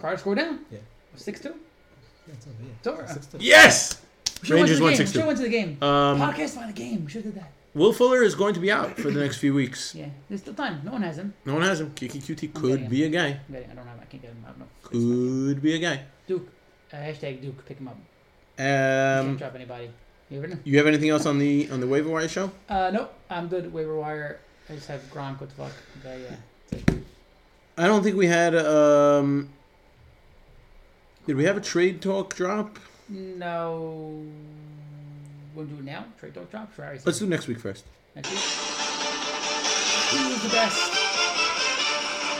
Speaker 2: Carter score down.
Speaker 6: Yeah.
Speaker 2: six two.
Speaker 6: That's over, yeah.
Speaker 2: It's over.
Speaker 1: yes.
Speaker 2: We should've went to
Speaker 1: Rangers
Speaker 2: the
Speaker 1: won
Speaker 2: game.
Speaker 1: 6-2.
Speaker 2: Should have went to the game.
Speaker 1: Um,
Speaker 2: Podcast by the game. We should have did that.
Speaker 1: Will Fuller is going to be out for the next few weeks.
Speaker 2: Yeah, there's still time. No one has him.
Speaker 1: No one has him. Kiki QT
Speaker 2: yeah.
Speaker 1: could be a guy.
Speaker 2: I'm getting- I don't have. I can't get him. I don't know.
Speaker 1: Could be a guy.
Speaker 2: Duke. Uh, hashtag Duke. Pick him up. Can't
Speaker 1: Um,
Speaker 2: drop anybody. You ever know?
Speaker 1: you have anything else on the on the waiver wire show?
Speaker 2: Uh, nope. I'm good. Waiver wire. I just have Gronk. What the fuck? Okay, yeah.
Speaker 1: I don't think we had. Um, did we have a trade talk drop?
Speaker 2: No. Want to do it now? Trade talk drop? Sure. I already said
Speaker 1: Let's do next week first.
Speaker 2: Next week. Who's the best?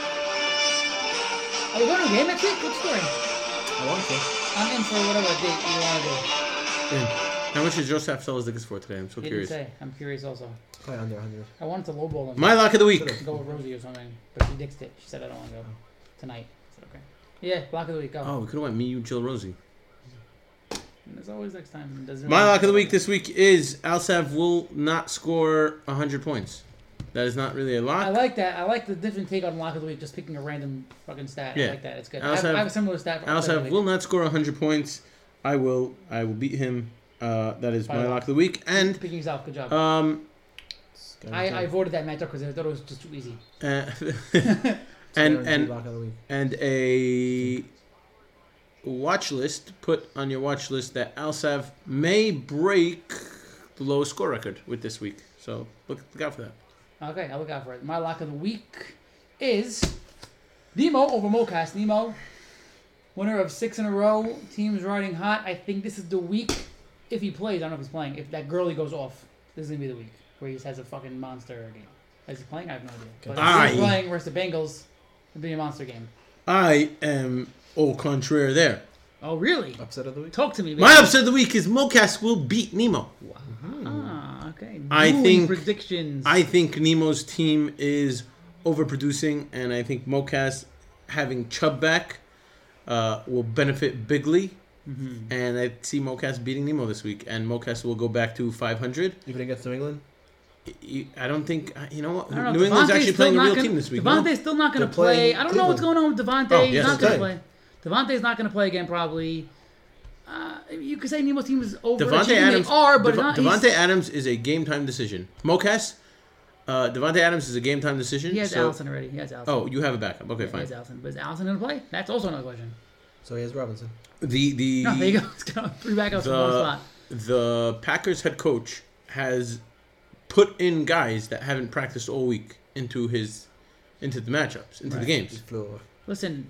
Speaker 2: Are we going to a game next week? What story?
Speaker 6: I want to.
Speaker 2: I'm in for whatever date you want to do.
Speaker 1: Yeah. How much is Joseph sell his tickets for today? I'm so
Speaker 2: He
Speaker 1: curious.
Speaker 2: didn't say. I'm curious also.
Speaker 6: Probably under 100.
Speaker 2: I wanted to lowball him.
Speaker 1: My lock of the week.
Speaker 2: go with Rosie or something, but she dixed it. She said I don't want to go tonight. I said okay. Yeah, block of the week. Go.
Speaker 1: Oh, we could have went me, you, Jill, Rosie.
Speaker 2: And there's always next time. It doesn't
Speaker 1: My
Speaker 2: really-
Speaker 1: lock of the week this week is Alsav will not score 100 points. That is not really a
Speaker 2: I
Speaker 1: lock.
Speaker 2: like that. I like the different take on lock of the week. Just picking a random fucking stat. I
Speaker 1: Yeah.
Speaker 2: like that. It's good.
Speaker 1: I
Speaker 2: I, have,
Speaker 1: also
Speaker 2: I
Speaker 1: have-
Speaker 2: have a similar stat. for lock of the
Speaker 1: Alsav
Speaker 2: week.
Speaker 1: will not score 100 points. I will. I will beat him. Uh, that is my
Speaker 2: Fine.
Speaker 1: lock of the week. And
Speaker 2: picking yourself. Good job.
Speaker 1: um,
Speaker 2: I, I avoided that matchup because I thought it was just too easy.
Speaker 1: uh, and and
Speaker 6: Lock of the week.
Speaker 1: and a watch list. Put on your watch list that Alsav may break the low score record with this week. So look, look out for that.
Speaker 2: Okay, I'll look out for it. My lock of the week is Nemo over Mocast. Nemo, winner of six in a row. Team's riding hot. I think this is the week, if he plays, I don't know if he's playing, if that girly goes off, this is going to be the week where he just has a fucking monster game. Is he playing? I have no idea. But if he's
Speaker 1: Aye.
Speaker 2: playing versus the Bengals, it'll be a monster game.
Speaker 1: I am au contraire there.
Speaker 2: Oh, really?
Speaker 6: Upset of the week.
Speaker 2: Talk to me, baby.
Speaker 1: My upset of the week is Mocas will beat Nemo.
Speaker 2: Ah, okay.
Speaker 1: I
Speaker 2: Ruling
Speaker 1: think-
Speaker 2: predictions.
Speaker 1: I think Nemo's team is overproducing, and I think Mocas having Chubb back uh, will benefit bigly.
Speaker 2: Mm-hmm.
Speaker 1: And I see Mocas beating Nemo this week, and Mocas will go back to 500.
Speaker 6: Even against New England?
Speaker 1: You- I don't think I- you know what
Speaker 2: I don't know,
Speaker 1: New England's
Speaker 2: Devontae's
Speaker 1: actually
Speaker 2: still
Speaker 1: playing a
Speaker 2: not
Speaker 1: real
Speaker 2: gonna-
Speaker 1: team this week. no?
Speaker 2: Devontae's still not going to
Speaker 6: They're
Speaker 2: play.
Speaker 6: playing
Speaker 2: I don't know what's going on with Devontae.
Speaker 1: Oh,
Speaker 2: He's
Speaker 1: yes,
Speaker 2: not
Speaker 1: they're
Speaker 2: going to play. Devontae's not going to play again probably. Uh, you could say Nemo's team is over.
Speaker 1: Devonte Adams
Speaker 2: They are, but
Speaker 1: Devo-
Speaker 2: not. he's-
Speaker 1: Devontae Adams is a game time decision. Mocas, uh, Devontae Adams is a game time decision.
Speaker 2: he has
Speaker 1: so-
Speaker 2: Allison already. He has Allison.
Speaker 1: Oh, you have a backup. Okay,
Speaker 2: he
Speaker 1: fine.
Speaker 2: has Allison. But is Allison going to play? That's also another question.
Speaker 6: So he has Robinson.
Speaker 1: The the
Speaker 2: No, there you go. It's got Three backups in one
Speaker 1: The-
Speaker 2: spot.
Speaker 1: the Packers head coach has put in guys that haven't practiced all week into his into the matchups, into the
Speaker 6: He
Speaker 1: games.
Speaker 6: flew over.
Speaker 2: Listen,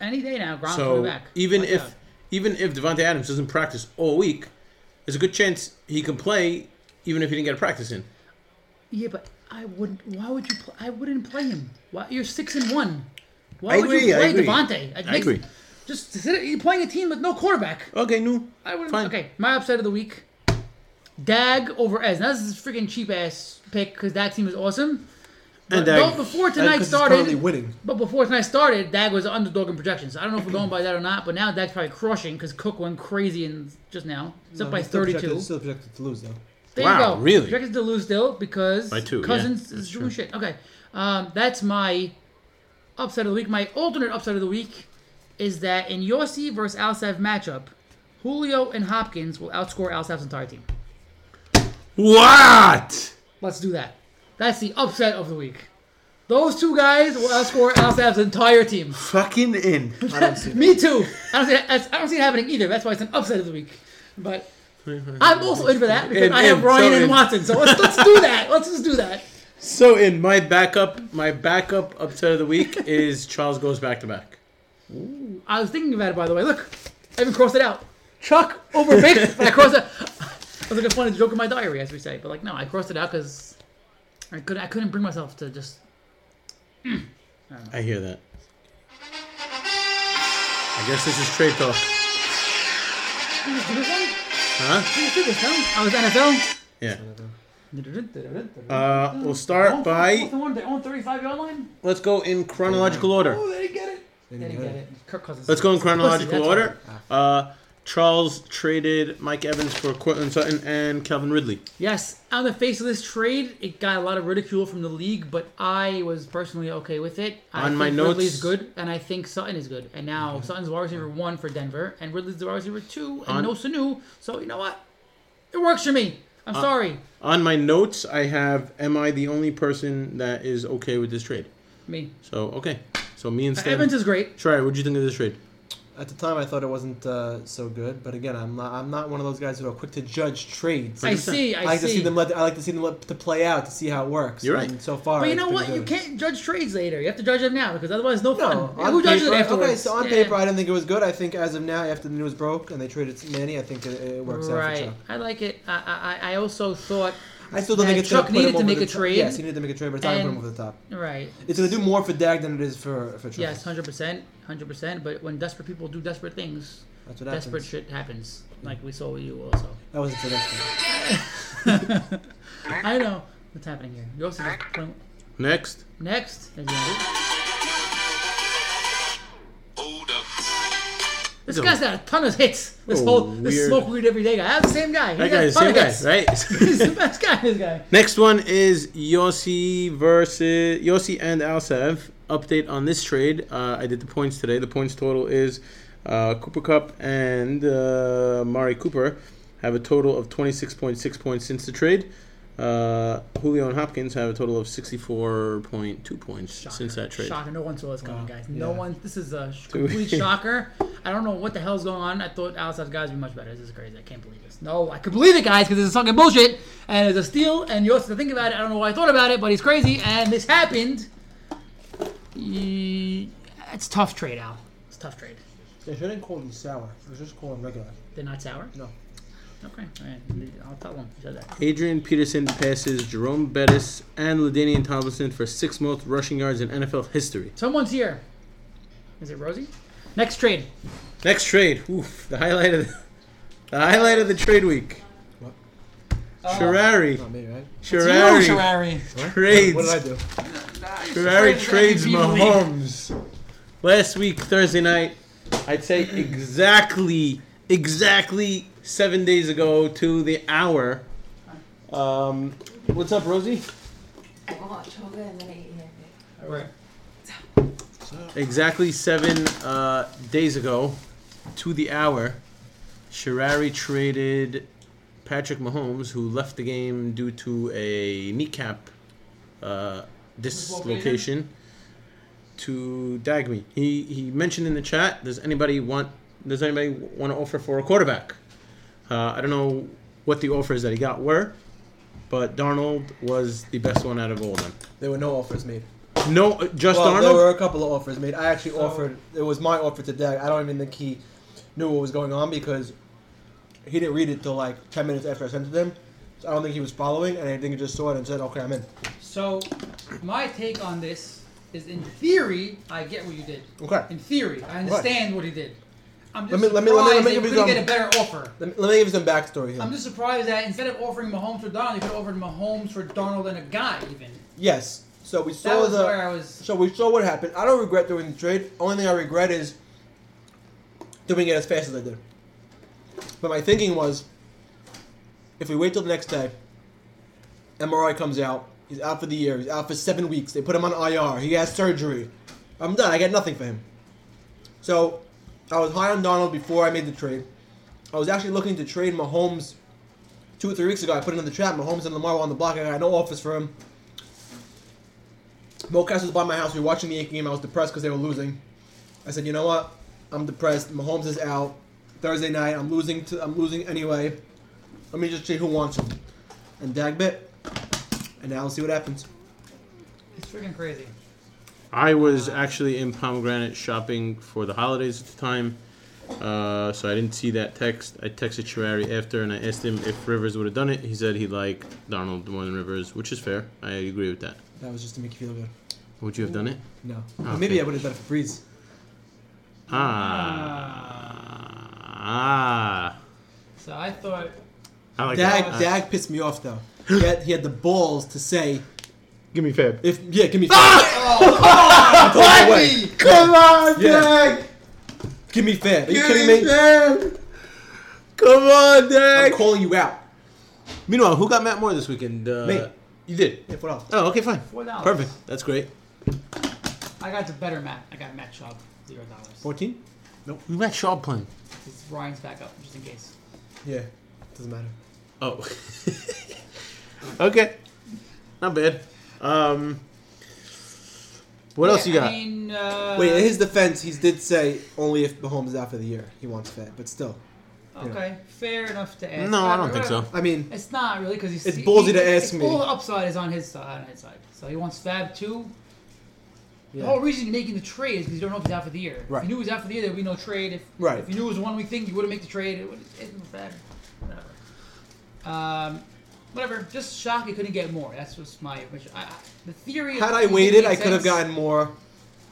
Speaker 2: any day now, Gronk's will be
Speaker 1: So
Speaker 2: back.
Speaker 1: even
Speaker 2: Watch
Speaker 1: if
Speaker 2: out.
Speaker 1: even if Devonte Adams doesn't practice all week, there's a good chance he can play even if he didn't get a practice in.
Speaker 2: Yeah, but I wouldn't. Why would you? Play, I wouldn't play him. Why, you're six and one.
Speaker 1: I
Speaker 2: Why would
Speaker 1: agree,
Speaker 2: you
Speaker 1: I
Speaker 2: play
Speaker 1: agree.
Speaker 2: Devontae? It
Speaker 1: I
Speaker 2: makes-
Speaker 1: agree.
Speaker 2: Just consider you're playing a team with no quarterback.
Speaker 1: Okay, no.
Speaker 2: I wouldn't.
Speaker 1: Fine.
Speaker 2: Okay, my upset of the week: Dag over Ez. Now this is a freaking cheap ass pick because that team is awesome. But
Speaker 1: And Dag-
Speaker 2: though before
Speaker 6: And
Speaker 2: tonight
Speaker 6: 'cause he's currently
Speaker 2: started,
Speaker 6: winning.
Speaker 2: but before tonight started, Dag was an underdog in projections. I don't know if we're going by that or not, but now Dag's probably crushing because Cook went crazy and just now. It's up
Speaker 6: No,
Speaker 2: by
Speaker 6: Um, he's still projected-
Speaker 2: 32.
Speaker 6: he's Still projected to lose, though.
Speaker 2: There
Speaker 1: Wow,
Speaker 2: you go.
Speaker 1: really?
Speaker 2: Projected to lose still because
Speaker 1: By two, yeah,
Speaker 2: Cousins
Speaker 1: that's
Speaker 2: is doing shit. Okay, um, that's my upset of the week. My alternate upset of the week is that in Yossi versus Alsav matchup, Julio and Hopkins will outscore Alsav's entire team.
Speaker 1: What?
Speaker 2: Let's do that. That's the upset of the week. Those two guys will outscore Alsav's entire team.
Speaker 1: Fucking in.
Speaker 2: Me too. I don't see that, that's, I don't see it happening either. That's why it's an upset of the week. But I'm also in for that because
Speaker 1: And-
Speaker 2: I have
Speaker 1: and
Speaker 2: Ryan
Speaker 1: so
Speaker 2: and
Speaker 1: in.
Speaker 2: Watson. So let's, let's do that. Let's just do that.
Speaker 1: So in my backup, my backup upset of the week is Charles goes back to back.
Speaker 2: I was thinking about it, by the way. Look, I even crossed it out. Chuck over Baker. I crossed it. I was like a funny joke in my diary, as we say, but like no, I crossed it out because I could I couldn't bring myself to just.
Speaker 1: I hear that. I guess this is trade talk,
Speaker 2: Did you just do this one?
Speaker 1: huh?
Speaker 2: Did you just do this one? I was NFL.
Speaker 1: Yeah.
Speaker 2: Uh,
Speaker 1: Uh, we'll start by
Speaker 2: They own 35 yard line.
Speaker 1: let's go in chronological order.
Speaker 2: Oh, they didn't get it. They didn't get it. Kirk Cousins.
Speaker 1: Let's go in
Speaker 2: It's pussy,
Speaker 1: chronological
Speaker 2: that's
Speaker 1: order. Uh, Charles traded Mike Evans for Cortland Sutton and Calvin Ridley.
Speaker 2: Yes, on the face of this trade, it got a lot of ridicule from the league, but I was personally okay with it. I
Speaker 1: On my
Speaker 2: think
Speaker 1: notes-
Speaker 2: Ridley's good, and I think Sutton is good. And
Speaker 3: Mm-hmm.
Speaker 2: now Sutton's wide receiver one for Denver, and Ridley's the wide receiver two, and
Speaker 1: On-
Speaker 2: no Sanu. So you know what? It works for me. I'm
Speaker 3: Uh,
Speaker 2: sorry,
Speaker 1: On my notes, I have, am I the only person that is okay with this trade?
Speaker 2: me.
Speaker 1: So, okay. So me and Stan.
Speaker 2: Uh, Evans is great.
Speaker 1: Shrey, what'd you think of this trade?
Speaker 3: At the time, I thought it wasn't uh, so good, but again, I'm not. I'm not one of those guys who are quick to judge trades.
Speaker 2: I see. I,
Speaker 3: like
Speaker 2: see.
Speaker 3: to see them let. I like to see them let to play out to see how it works.
Speaker 1: You're right.
Speaker 3: And so far,
Speaker 2: but you
Speaker 3: it's
Speaker 2: know
Speaker 3: been
Speaker 2: what? You
Speaker 3: good.
Speaker 2: can't judge trades later. You have to judge them now because otherwise, no
Speaker 3: No,
Speaker 2: fun.
Speaker 3: on
Speaker 2: Who judges
Speaker 3: paper,
Speaker 2: it afterwards?
Speaker 3: Okay, so on
Speaker 2: Yeah.
Speaker 3: paper, I don't think it was good. I think as of now, after the news broke and they traded Manny, I think it, it works out for
Speaker 2: right.
Speaker 3: Chuck.
Speaker 2: I like it. I, I, I also thought
Speaker 3: I still don't
Speaker 2: Yeah,
Speaker 3: think it's
Speaker 2: Chuck
Speaker 3: gonna put
Speaker 2: needed
Speaker 3: him
Speaker 2: to
Speaker 3: over
Speaker 2: make
Speaker 3: the
Speaker 2: a
Speaker 3: top.
Speaker 2: trade.
Speaker 3: Yes, he needed to make a trade, but it's not gonna put
Speaker 2: And-
Speaker 3: him over the top.
Speaker 2: right.
Speaker 3: It's gonna do more for Dag than it is for for Chuck.
Speaker 2: Yes, hundred percent, hundred percent. But when desperate people do desperate things,
Speaker 3: that's what
Speaker 2: desperate
Speaker 3: happens.
Speaker 2: shit happens. Like we saw with you also.
Speaker 3: That wasn't so desperate.
Speaker 2: I know what's happening here. You also just put-
Speaker 1: Next.
Speaker 2: next. There's Yandy.
Speaker 5: Hold up.
Speaker 2: This guy's got a ton of hits. This
Speaker 1: Oh,
Speaker 2: whole this
Speaker 1: weird.
Speaker 2: smoke weed every day guy. That's the same guy. He
Speaker 1: That
Speaker 2: got
Speaker 1: guy
Speaker 2: a
Speaker 1: is
Speaker 2: ton
Speaker 1: same
Speaker 2: of
Speaker 1: guy,
Speaker 2: hits.
Speaker 1: right?
Speaker 2: He's the best guy. This guy.
Speaker 1: Next one is Yossi versus Yossi and Alsev. Update on this trade. Uh, I did the points today. The points total is uh, Cooper Cup and uh, Mari Cooper have a total of 26.6 points since the trade. Uh, Julio and Hopkins have a total of 64.2 points since that trade.
Speaker 2: Shocker. No one saw this coming, guys. No
Speaker 3: Yeah.
Speaker 2: one. This is a sh- complete shocker. I don't know what the hell's going on. I thought Alice's guys would be much better. This is crazy. I can't believe this. No, I can believe it, guys, because this is fucking bullshit. And it's a steal. And you also have to think about it. I don't know why I thought about it, but he's crazy. And this happened. Ye- It's tough trade, Al. It's tough trade.
Speaker 3: They shouldn't call him sour. They should just call him regular.
Speaker 2: They're not sour.
Speaker 3: No.
Speaker 2: Okay. All right. I'll tell them. You said that.
Speaker 1: Adrian Peterson passes Jerome Bettis and Ladanian Tomlinson for six most rushing yards in NFL history.
Speaker 2: Someone's here. Is it Rosie? Next trade.
Speaker 1: Next trade. Oof, the highlight of the, the highlight of the trade week.
Speaker 3: What?
Speaker 1: Shirari.
Speaker 3: Not me, right?
Speaker 1: Shirari
Speaker 2: Shirari.
Speaker 3: What did I
Speaker 1: trades.
Speaker 3: do?
Speaker 1: Shirari trades
Speaker 2: MVP league.
Speaker 1: Mahomes. Last week, Thursday night, I'd say exactly, exactly seven days ago to the hour. Um, what's up, Rosie?
Speaker 7: I bought chocolate and then I ate it.
Speaker 2: Right.
Speaker 1: Exactly seven uh, days ago to the hour, Shirari traded Patrick Mahomes, who left the game due to a kneecap uh, dislocation, to Dagme. He he mentioned in the chat. Does anybody want? Does anybody want to offer for a quarterback? Uh, I don't know what the offers that he got were, but Darnold was the best one out of all of them.
Speaker 3: There were no offers made.
Speaker 1: No, uh, just
Speaker 3: Well,
Speaker 1: Darnold.
Speaker 3: there were a couple of offers made. I actually offered. It was my offer to Dag. I don't even think he knew what was going on because he didn't read it till like ten minutes after I sent it to him. So I don't think he was following, and I think he just saw it and said, "Okay, I'm in."
Speaker 2: So, my take on this is, in theory, I get what you did.
Speaker 3: Okay.
Speaker 2: In theory, I understand what he did. I'm just
Speaker 3: Let me- let me- let me- let
Speaker 2: surprised
Speaker 3: me
Speaker 2: they
Speaker 3: give you
Speaker 2: couldn't
Speaker 3: some-
Speaker 2: get a better offer.
Speaker 3: Let me, let me give you some backstory here.
Speaker 2: I'm just surprised that instead of offering Mahomes for Donald, you could have offered Mahomes for Donald and a guy even.
Speaker 3: yes. So we
Speaker 2: That
Speaker 3: saw
Speaker 2: was
Speaker 3: the.
Speaker 2: where I was.
Speaker 3: So we saw what happened. I don't regret doing the trade. Only thing I regret is doing it as fast as I did. But my thinking was, if we wait till the next day, MRI comes out. He's out for the year. He's out for seven weeks. They put him on IR. He has surgery. I'm done. I got nothing for him. So I was high on Donald before I made the trade. I was actually looking to trade Mahomes two or three weeks ago. I put it in the chat. Mahomes and Lamar were on the block. I got no office for him. Mocast was by my house. We were watching the Yankee game. I was depressed because they were losing. I said, you know what? I'm depressed. Mahomes is out. Thursday night, I'm losing. To, I'm losing anyway. Let me just see who wants him. And Dag bit. And now we'll see what happens.
Speaker 2: It's freaking crazy.
Speaker 1: I was actually in Pomegranate shopping for the holidays at the time, uh, so I didn't see that text. I texted Shirari after and I asked him if Rivers would have done it. He said he liked Donald more than Rivers, which is fair. I agree with that.
Speaker 3: That was just to make you feel good.
Speaker 1: Would you have done it?
Speaker 3: No.
Speaker 1: Okay.
Speaker 3: Maybe I would have done it for Breeze.
Speaker 8: Uh,
Speaker 1: Ah. Ah.
Speaker 2: So I thought
Speaker 1: I like
Speaker 3: Dag,
Speaker 1: that.
Speaker 3: Dag pissed me off though. He had, he had the balls to say,
Speaker 8: Give me Fab.
Speaker 3: If yeah, give me
Speaker 8: Ah! Oh, Blackie! Come on,
Speaker 3: Yeah.
Speaker 8: Dag!
Speaker 3: give me fair. Are you
Speaker 8: Give
Speaker 3: kidding
Speaker 8: me
Speaker 3: me?
Speaker 8: Fab! Come on,
Speaker 3: I'm
Speaker 8: Dag!
Speaker 3: calling you out.
Speaker 8: Meanwhile, who got Matt Moore this weekend? Uh,
Speaker 3: Me.
Speaker 8: You did.
Speaker 3: Yeah, what else?
Speaker 8: Oh, okay, fine.
Speaker 2: Four dollars.
Speaker 8: Perfect. That's great.
Speaker 2: I got the better Matt. I got Matt Schaub, zero dollars.
Speaker 3: Fourteen?
Speaker 8: We met Shaw playing.
Speaker 2: It's Ryan's backup, just in case.
Speaker 3: Yeah, doesn't matter.
Speaker 8: Oh. okay. Not bad. Um. What else you
Speaker 2: Yeah,
Speaker 8: got?
Speaker 2: I mean, uh,
Speaker 3: Wait, in his defense, he did say only if Mahomes is out for the year, he wants Fed. But still,
Speaker 2: okay, fair enough to ask.
Speaker 8: no, I don't think so.
Speaker 3: I mean,
Speaker 2: It's not really because he's.
Speaker 3: It's ballsy to
Speaker 2: it's
Speaker 3: ask me.
Speaker 2: All the upside is on his side. On his side, so he wants Fab too. The
Speaker 3: Yeah.
Speaker 2: whole reason you're making the trade is because you don't know if he's out for the year.
Speaker 3: Right.
Speaker 2: If you knew he was out for the year, there would be no trade. If
Speaker 3: Right.
Speaker 2: if you knew it was a one week thing, you wouldn't make the trade. It would it, Fab, whatever. Um, whatever. Just shocked he couldn't get more. That's just my. Which I, I- the theory. of
Speaker 3: had
Speaker 2: it
Speaker 3: I
Speaker 2: didn't
Speaker 3: waited,
Speaker 2: make
Speaker 3: I could have
Speaker 2: sense.
Speaker 3: gotten more.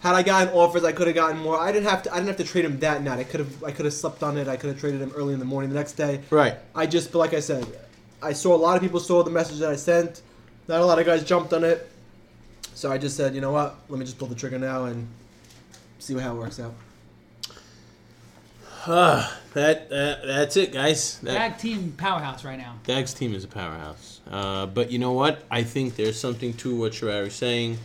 Speaker 3: Had I gotten offers, I could have gotten more. I didn't have to. I didn't have to trade him that night. I could have. I could have slept on it. I could have traded him early in the morning the next day.
Speaker 8: Right.
Speaker 3: I just, but like I said, I saw a lot of people saw the message that I sent. Not a lot of guys jumped on it. So I just said, you know what? Let me just pull the trigger now and see how it works out.
Speaker 8: Uh, that uh, that's it, guys. That,
Speaker 2: Tag team powerhouse right now.
Speaker 8: Dag's team is a powerhouse. Uh, but you know what? I think there's something to what Sherrari's saying.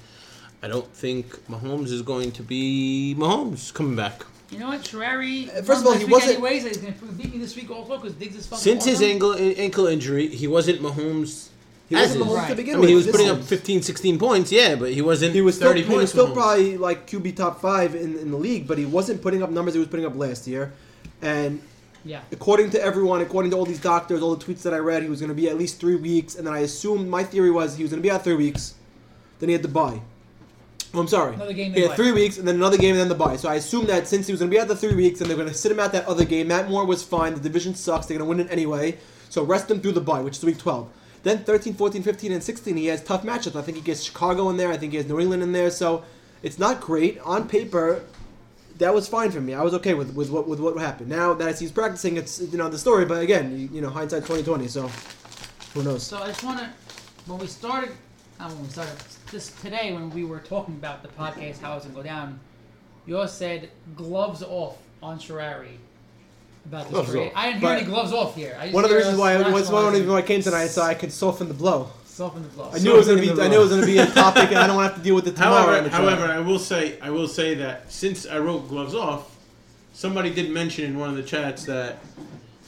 Speaker 8: I don't think Mahomes is going to be Mahomes coming back.
Speaker 2: You know what, Terrari?
Speaker 3: Uh, first of all, he wasn't-
Speaker 2: Anyways, he's gonna beat me this week also because Diggs is fucking.
Speaker 8: Since his
Speaker 2: awesome.
Speaker 8: ankle, ankle injury, he wasn't Mahomes.
Speaker 3: He
Speaker 8: as
Speaker 3: wasn't
Speaker 8: is.
Speaker 3: Mahomes
Speaker 2: Right.
Speaker 3: to
Speaker 8: I
Speaker 3: begin
Speaker 8: mean,
Speaker 3: with.
Speaker 8: he was
Speaker 3: This
Speaker 8: putting up
Speaker 3: is-
Speaker 8: 15, 16 points, yeah, but he wasn't
Speaker 3: He was still,
Speaker 8: 30
Speaker 3: he
Speaker 8: points.
Speaker 3: was still
Speaker 8: Mahomes.
Speaker 3: probably like QB top five in, in the league, but he wasn't putting up numbers he was putting up last year. And
Speaker 2: Yeah.
Speaker 3: according to everyone, according to all these doctors, all the tweets that I read, he was going to be at least three weeks. And then I assumed my theory was he was going to be out three weeks. Then he had to buy. Oh, I'm sorry.
Speaker 2: Another game
Speaker 3: He
Speaker 2: and
Speaker 3: had
Speaker 2: bye.
Speaker 3: three weeks, and then another game, and then the bye. So I assume that since he was going to be out the three weeks, and they're going to sit him out that other game. Matt Moore was fine. The division sucks. They're going to win it anyway. So rest him through the bye, which is week 12. Then 13, 14, 15, and 16, he has tough matchups. I think he gets Chicago in there. I think he has New England in there. So it's not great on paper. That was fine for me. I was okay with, with what with what happened. Now that I see he's practicing, it's you know the story. But again, you, you know hindsight twenty twenty. So who knows?
Speaker 2: So I just want to, when we started, not when we started, just today when we were talking about the podcast, how it's gonna go down, you all said gloves off on Sherrari about this
Speaker 8: Gloves
Speaker 2: trade.
Speaker 8: off.
Speaker 2: I didn't hear
Speaker 3: But
Speaker 2: any gloves off here. I just
Speaker 3: One of the
Speaker 2: hear
Speaker 3: reasons
Speaker 2: us
Speaker 3: why I, was one of the
Speaker 2: rationalizing
Speaker 3: reasons why I came tonight, so I could soften the blow.
Speaker 2: soften the gloves.
Speaker 3: I knew it was gonna be. I knew it was gonna be a topic, and I don't want to have to deal with it tomorrow.
Speaker 1: However,
Speaker 3: on the show.
Speaker 1: however, I will say I will say that since I wrote gloves off, somebody did mention in one of the chats that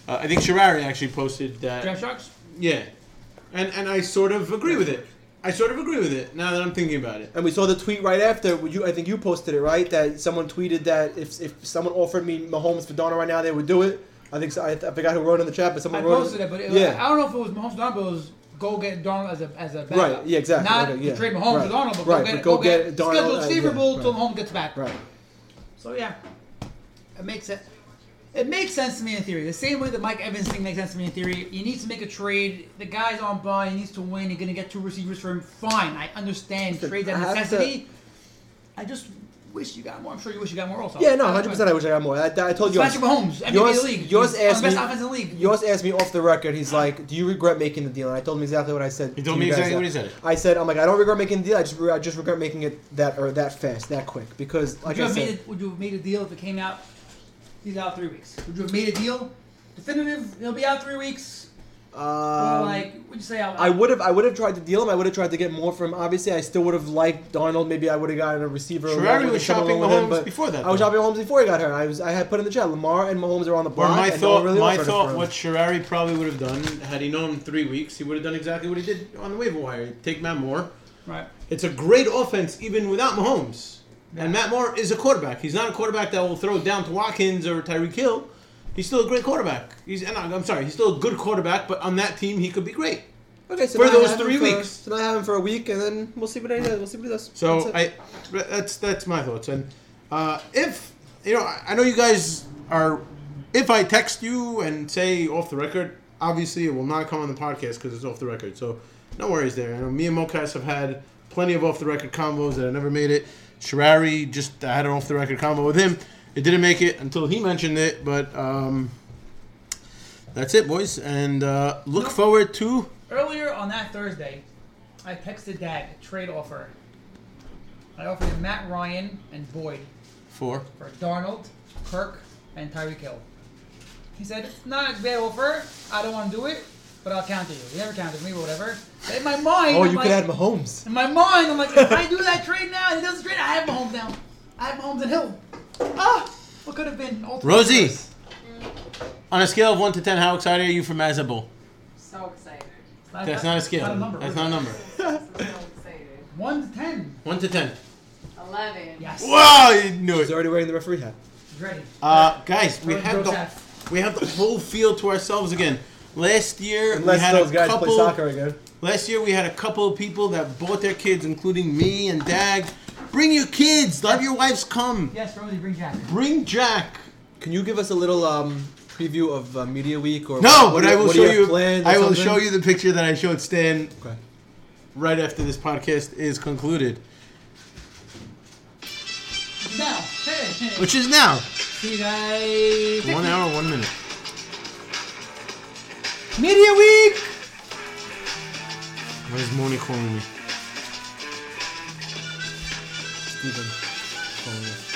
Speaker 1: uh, I think Sharari actually posted that.
Speaker 2: Draft sharks.
Speaker 1: Yeah, and and I sort of agree with it. I sort of agree with it now that I'm thinking about it.
Speaker 3: and we saw the tweet right after. where You, I think you posted it right that someone tweeted that if if someone offered me Mahomes for Donald right now, they would do it. I think so, I, I forgot who wrote it in the chat, but
Speaker 2: I
Speaker 3: someone wrote
Speaker 2: posted it, but it, was-
Speaker 3: yeah.
Speaker 2: I don't know if it was Mahomes or Donald, but it was go get Donald as a as a backup.
Speaker 3: Right, yeah, exactly.
Speaker 2: Not
Speaker 3: Okay, yeah.
Speaker 2: to trade Mahomes
Speaker 3: Right,
Speaker 2: or Donald, but
Speaker 3: right,
Speaker 2: go
Speaker 3: but
Speaker 2: get
Speaker 3: go
Speaker 2: go
Speaker 3: get
Speaker 2: get,
Speaker 3: Donald,
Speaker 2: scheduled
Speaker 3: uh,
Speaker 2: favorable
Speaker 3: yeah,
Speaker 2: till
Speaker 3: right.
Speaker 2: Mahomes gets back.
Speaker 3: Right.
Speaker 2: So yeah, it makes it. It makes sense to me in theory. The same way that Mike Evans thing makes sense to me in theory. You need to make a trade. The guy's on bye. He needs to win. You're gonna get two receivers for him. Fine, I understand
Speaker 3: Listen,
Speaker 2: trades are
Speaker 3: I have to-
Speaker 2: necessity. I just wish you got more. I'm sure you wish you got more also.
Speaker 3: Yeah, no, hundred percent. I wish I got more. I, I told you.
Speaker 2: Patrick Mahomes, MVP of the league.
Speaker 3: yours
Speaker 2: He's one
Speaker 3: asked
Speaker 2: of the best
Speaker 3: me.
Speaker 2: offense in the league.
Speaker 3: Yours asked me off the record. He's like, "Do you regret making the deal?" And I told him exactly what I said.
Speaker 1: You
Speaker 3: to
Speaker 1: told me
Speaker 3: guys
Speaker 1: exactly
Speaker 3: that-
Speaker 1: what he said.
Speaker 3: I said, "I'm like, I don't regret making the deal. I just, re- I just regret making it that or that fast, that quick, because
Speaker 2: Would
Speaker 3: like
Speaker 2: you
Speaker 3: I
Speaker 2: have
Speaker 3: said,
Speaker 2: made a, would you have made a deal if it came out? He's out three weeks. Would you have made a deal? Definitive. He'll be out three weeks.
Speaker 3: um,
Speaker 2: or like, would you say out?
Speaker 3: I would have I would have tried to deal him. I would have tried to get more from him. Obviously, I still would have liked Donald. Maybe I would have gotten a receiver. or
Speaker 1: Sherrari
Speaker 3: whatever,
Speaker 1: was
Speaker 3: someone
Speaker 1: shopping
Speaker 3: along with him,
Speaker 1: Mahomes
Speaker 3: but
Speaker 1: before that,
Speaker 3: I was
Speaker 1: though.
Speaker 3: shopping Mahomes before he got hurt. I was I had put in the chat. Lamar and Mahomes are on the
Speaker 1: Or
Speaker 3: block.
Speaker 1: my
Speaker 3: and no one
Speaker 1: thought,
Speaker 3: really
Speaker 1: my
Speaker 3: offered it for
Speaker 1: thought,
Speaker 3: him.
Speaker 1: what Sharari probably would have done had he known three weeks, he would have done exactly what he did on the waiver wire. Take Matt Moore.
Speaker 2: right.
Speaker 1: It's a great offense even without Mahomes. And Matt Moore is a quarterback. He's not a quarterback that will throw down to Watkins or Tyreek Hill. He's still a great quarterback. He's and I'm sorry, he's still a good quarterback, but on that team he could be great.
Speaker 3: Okay, so
Speaker 1: for
Speaker 3: now I
Speaker 1: those
Speaker 3: have him
Speaker 1: three
Speaker 3: for-
Speaker 1: weeks.
Speaker 3: So now I have him for a week, and then we'll see what he does. We'll see what he does.
Speaker 1: So
Speaker 3: That's it.
Speaker 1: I that's that's my thoughts. And uh, if you know, I I know you guys are. If I text you and say off the record, obviously it will not come on the podcast because it's off the record. So no worries there. I know me and Mocas have had plenty of off the record combos that I never made it. Sharari just I had an off the record combo with him. It didn't make it until he mentioned it, but um, that's it, boys. And uh, look forward to
Speaker 2: Earlier on that Thursday, I texted Dag a trade offer. I offered him Matt Ryan and Boyd
Speaker 4: Four.
Speaker 2: for Darnold, Kirk, and Tyreek Hill. He said, It's not a bad offer. I don't want to do it, but I'll counter you. He never countered me or whatever. But in my mind,
Speaker 6: Oh,
Speaker 2: I'm
Speaker 6: you
Speaker 2: like,
Speaker 6: could add Mahomes.
Speaker 2: in my mind, I'm like, if I do that trade now and he doesn't trade, I have Mahomes now. I have Mahomes and Hill. Ah, what could have been? Ultimate
Speaker 1: Rosie.
Speaker 2: curse.
Speaker 1: On a scale of one to ten, how excited are you for Mazable?
Speaker 7: So excited.
Speaker 2: Not-
Speaker 1: That's not a scale.
Speaker 2: Not a number.
Speaker 1: That's not a number.
Speaker 7: I'm so excited.
Speaker 2: One to ten.
Speaker 1: One to ten.
Speaker 7: Eleven.
Speaker 2: Yes.
Speaker 4: Wow, you knew
Speaker 6: He's
Speaker 4: it.
Speaker 6: already wearing the referee hat.
Speaker 2: Ready.
Speaker 1: Uh, guys,
Speaker 4: We have the
Speaker 2: Rochef.
Speaker 1: we have the whole field to ourselves again. Last year we
Speaker 6: Unless
Speaker 1: had
Speaker 6: those
Speaker 1: a
Speaker 6: guys
Speaker 1: couple.
Speaker 6: play soccer again.
Speaker 1: Last year we had a couple of people that bought their kids, including me and Dag. Bring your kids. Let your wives come.
Speaker 2: Yes, Rosie, bring Jack.
Speaker 1: Bring Jack.
Speaker 6: Can you give us a little um, preview of uh, Media Week or
Speaker 1: No,
Speaker 6: what
Speaker 1: but
Speaker 6: do
Speaker 1: I
Speaker 6: you-
Speaker 1: will
Speaker 6: what do
Speaker 1: show
Speaker 6: have
Speaker 1: you.
Speaker 6: planned or
Speaker 1: I will
Speaker 6: something?
Speaker 1: show you the picture that I showed Stan
Speaker 6: Okay.
Speaker 1: right after this podcast is concluded,
Speaker 2: Now. Hey, hey.
Speaker 1: which is now.
Speaker 2: See you guys.
Speaker 1: One hour, one minute.
Speaker 6: Media Week.
Speaker 1: What is Moni calling me?
Speaker 6: Steven. Calling us.